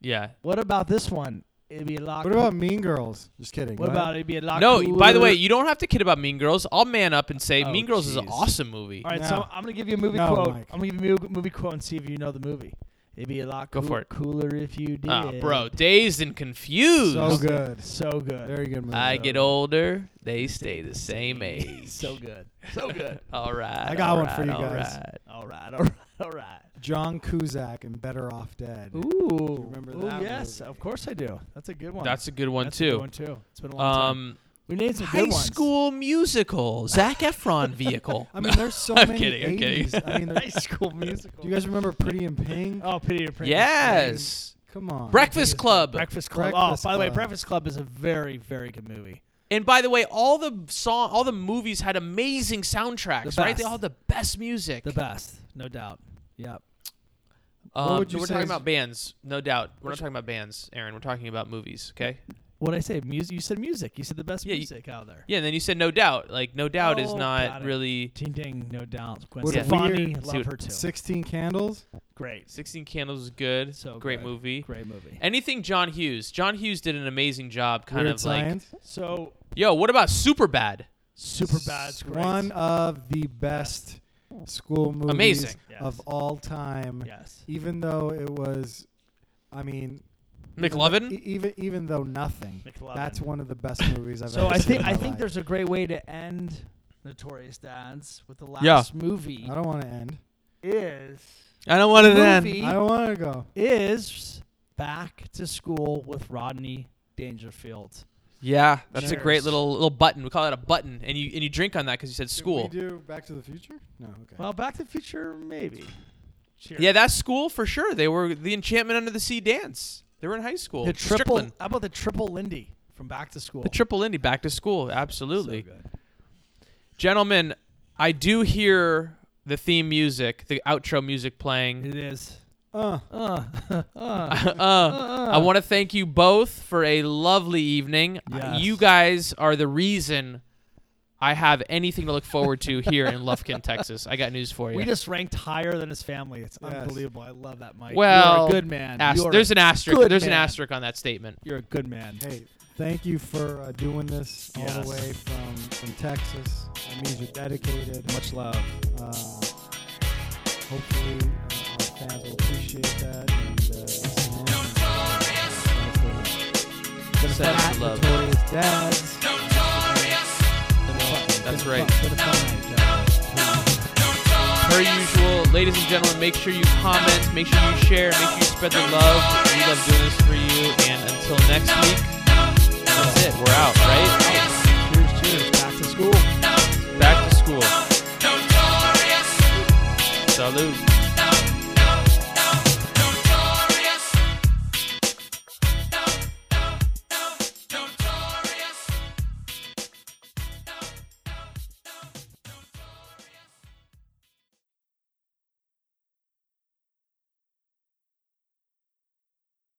B: Yeah.
C: What about this one? It'd be a lock.
A: What about Mean Girls? Just kidding.
C: What
A: go
C: about
A: ahead.
C: it'd be a lock?
B: No. By the way, you don't have to kid about Mean Girls. I'll man up and say
C: Oh,
B: Mean Girls is an
C: jeez.
B: awesome movie.
C: All right, so
A: No.
C: I'm- I'm gonna give you a movie
A: No,
C: quote.
A: Mike.
C: I'm gonna give you a mo- movie quote and see if you know the movie. It'd be a lot
B: Go
C: coo-
B: for it.
C: cooler if you did.
B: Oh, bro, dazed and confused.
A: So good.
C: So good.
A: Very good movie.
B: I get older, they stay the same age.
C: [laughs] so good. So [laughs] good.
B: All right.
A: I got
B: all
A: one for
B: right,
A: you
B: all
A: guys.
B: right.
C: all right. [laughs] All right. All right.
A: John Kuzak and Better Off Dead.
C: Ooh.
A: remember
C: Ooh,
A: that
C: yes,
A: movie?
C: of course I do. That's a good one.
B: That's a good one
C: That's a
B: too.
C: good one too. It's been a long time.
B: um,
C: We need some
B: High
C: good ones. [laughs]
B: School Musical, Zac Efron vehicle.
A: I mean, there's so
B: [laughs] I'm
A: many
B: kidding, I'm kidding.
A: 80s.
B: [laughs]
A: I mean, there-
C: High School Musical.
A: do you guys remember Pretty in Pink?
C: Oh, Pity and Prince.
B: yes.
A: Come on.
B: Breakfast Club.
C: Breakfast Club.
A: Breakfast
C: oh, by the way,
A: Club.
C: Breakfast Club is a very, very good movie.
B: And by the way, all the song, all the movies had amazing soundtracks,
C: The
B: right? They
C: best.
B: all had the best music.
C: The best, no doubt. Yep.
B: Um,
A: would you
B: we're
A: say
B: talking
A: is-
B: about bands, no doubt. We're not talking about bands, Aaron. We're talking about movies, okay?
C: What I say? Music. You said music. You said the best
B: Yeah, you-
C: music out there.
B: Yeah, and then you said no doubt. Like no doubt is
C: Oh,
B: not
C: got it.
B: really
C: Ding ding, no doubt. Gwen
A: What a
C: Stefani,
A: weird-
B: See
C: love
B: what-
C: her too.
A: 16 Candles.
C: Great,
B: 16 Candles is good.
C: So
B: great
C: good.
B: movie.
C: great movie.
B: Anything John Hughes. John Hughes did an amazing job kind
A: Weird
B: of
A: Science.
C: So
B: like Yo, what about Superbad?
C: super bad's great.
A: One of the best school movies
B: Amazing.
C: Yes.
A: of all time.
C: Yes.
A: Even though it was, I mean,
B: McLovin?
A: e- even even though nothing,
C: McLovin.
A: that's one of the best movies I've
C: So
A: ever
C: I
A: seen.
C: think
A: in
C: I
A: my
C: think
A: life.
C: there's a great way to end Notorious Dads with the last
E: Yeah.
C: movie
A: I don't want to end.
C: is
B: I don't want
C: movie
A: I don't want to go.
C: is Back to School with Rodney Dangerfield.
B: Yeah, that's a great
C: Cheers.
B: little little button. We call it a button, and you and you drink on that because you said school.
A: Can we do Back to the Future? No. Okay.
C: Well, Back to the Future maybe. Cheers.
B: Yeah, that's school for sure. They were the Enchantment Under the Sea dance. They were in high school.
C: the triple.
B: Strickland.
C: How about the triple Lindy from Back to School?
B: the triple Indy, back to school.
C: So
B: Absolutely,
C: good.
B: gentlemen. I do hear the theme music, the outro music [laughs] playing.
C: It is.
A: Uh,
C: uh, uh,
B: uh,
C: Uh-uh.
B: I want to thank you both for a lovely evening. Uh,
C: Yes.
B: You guys are the reason I have anything to look forward to here in
C: [laughs]
B: Lufkin, Texas. I got news for you.
C: We just ranked higher than his family. It's unbelievable. I love that, Mike.
B: well,
C: You're a good man.
B: as-
C: You're a
B: there's an asterisk.
C: good
B: There's an
C: man.
B: asterisk on that statement.
C: You're a good man.
A: Hey, thank you for uh, doing this all
C: Yes.
A: the way from, from Texas. That means you're dedicated.
C: Much love.
A: Uh, hopefully, uh, our fans will appreciate that. And, uh, listen in. Been a
B: Send us
A: fun-
B: love.
A: Notorious dads.
B: That's right. Per usual, ladies and gentlemen, make sure you comment, make sure you share, make sure you spread the love. We love doing this for you. And until next week, that's it. We're out, right?
C: Cheers, cheers. Back to school.
B: Back to school. Salute.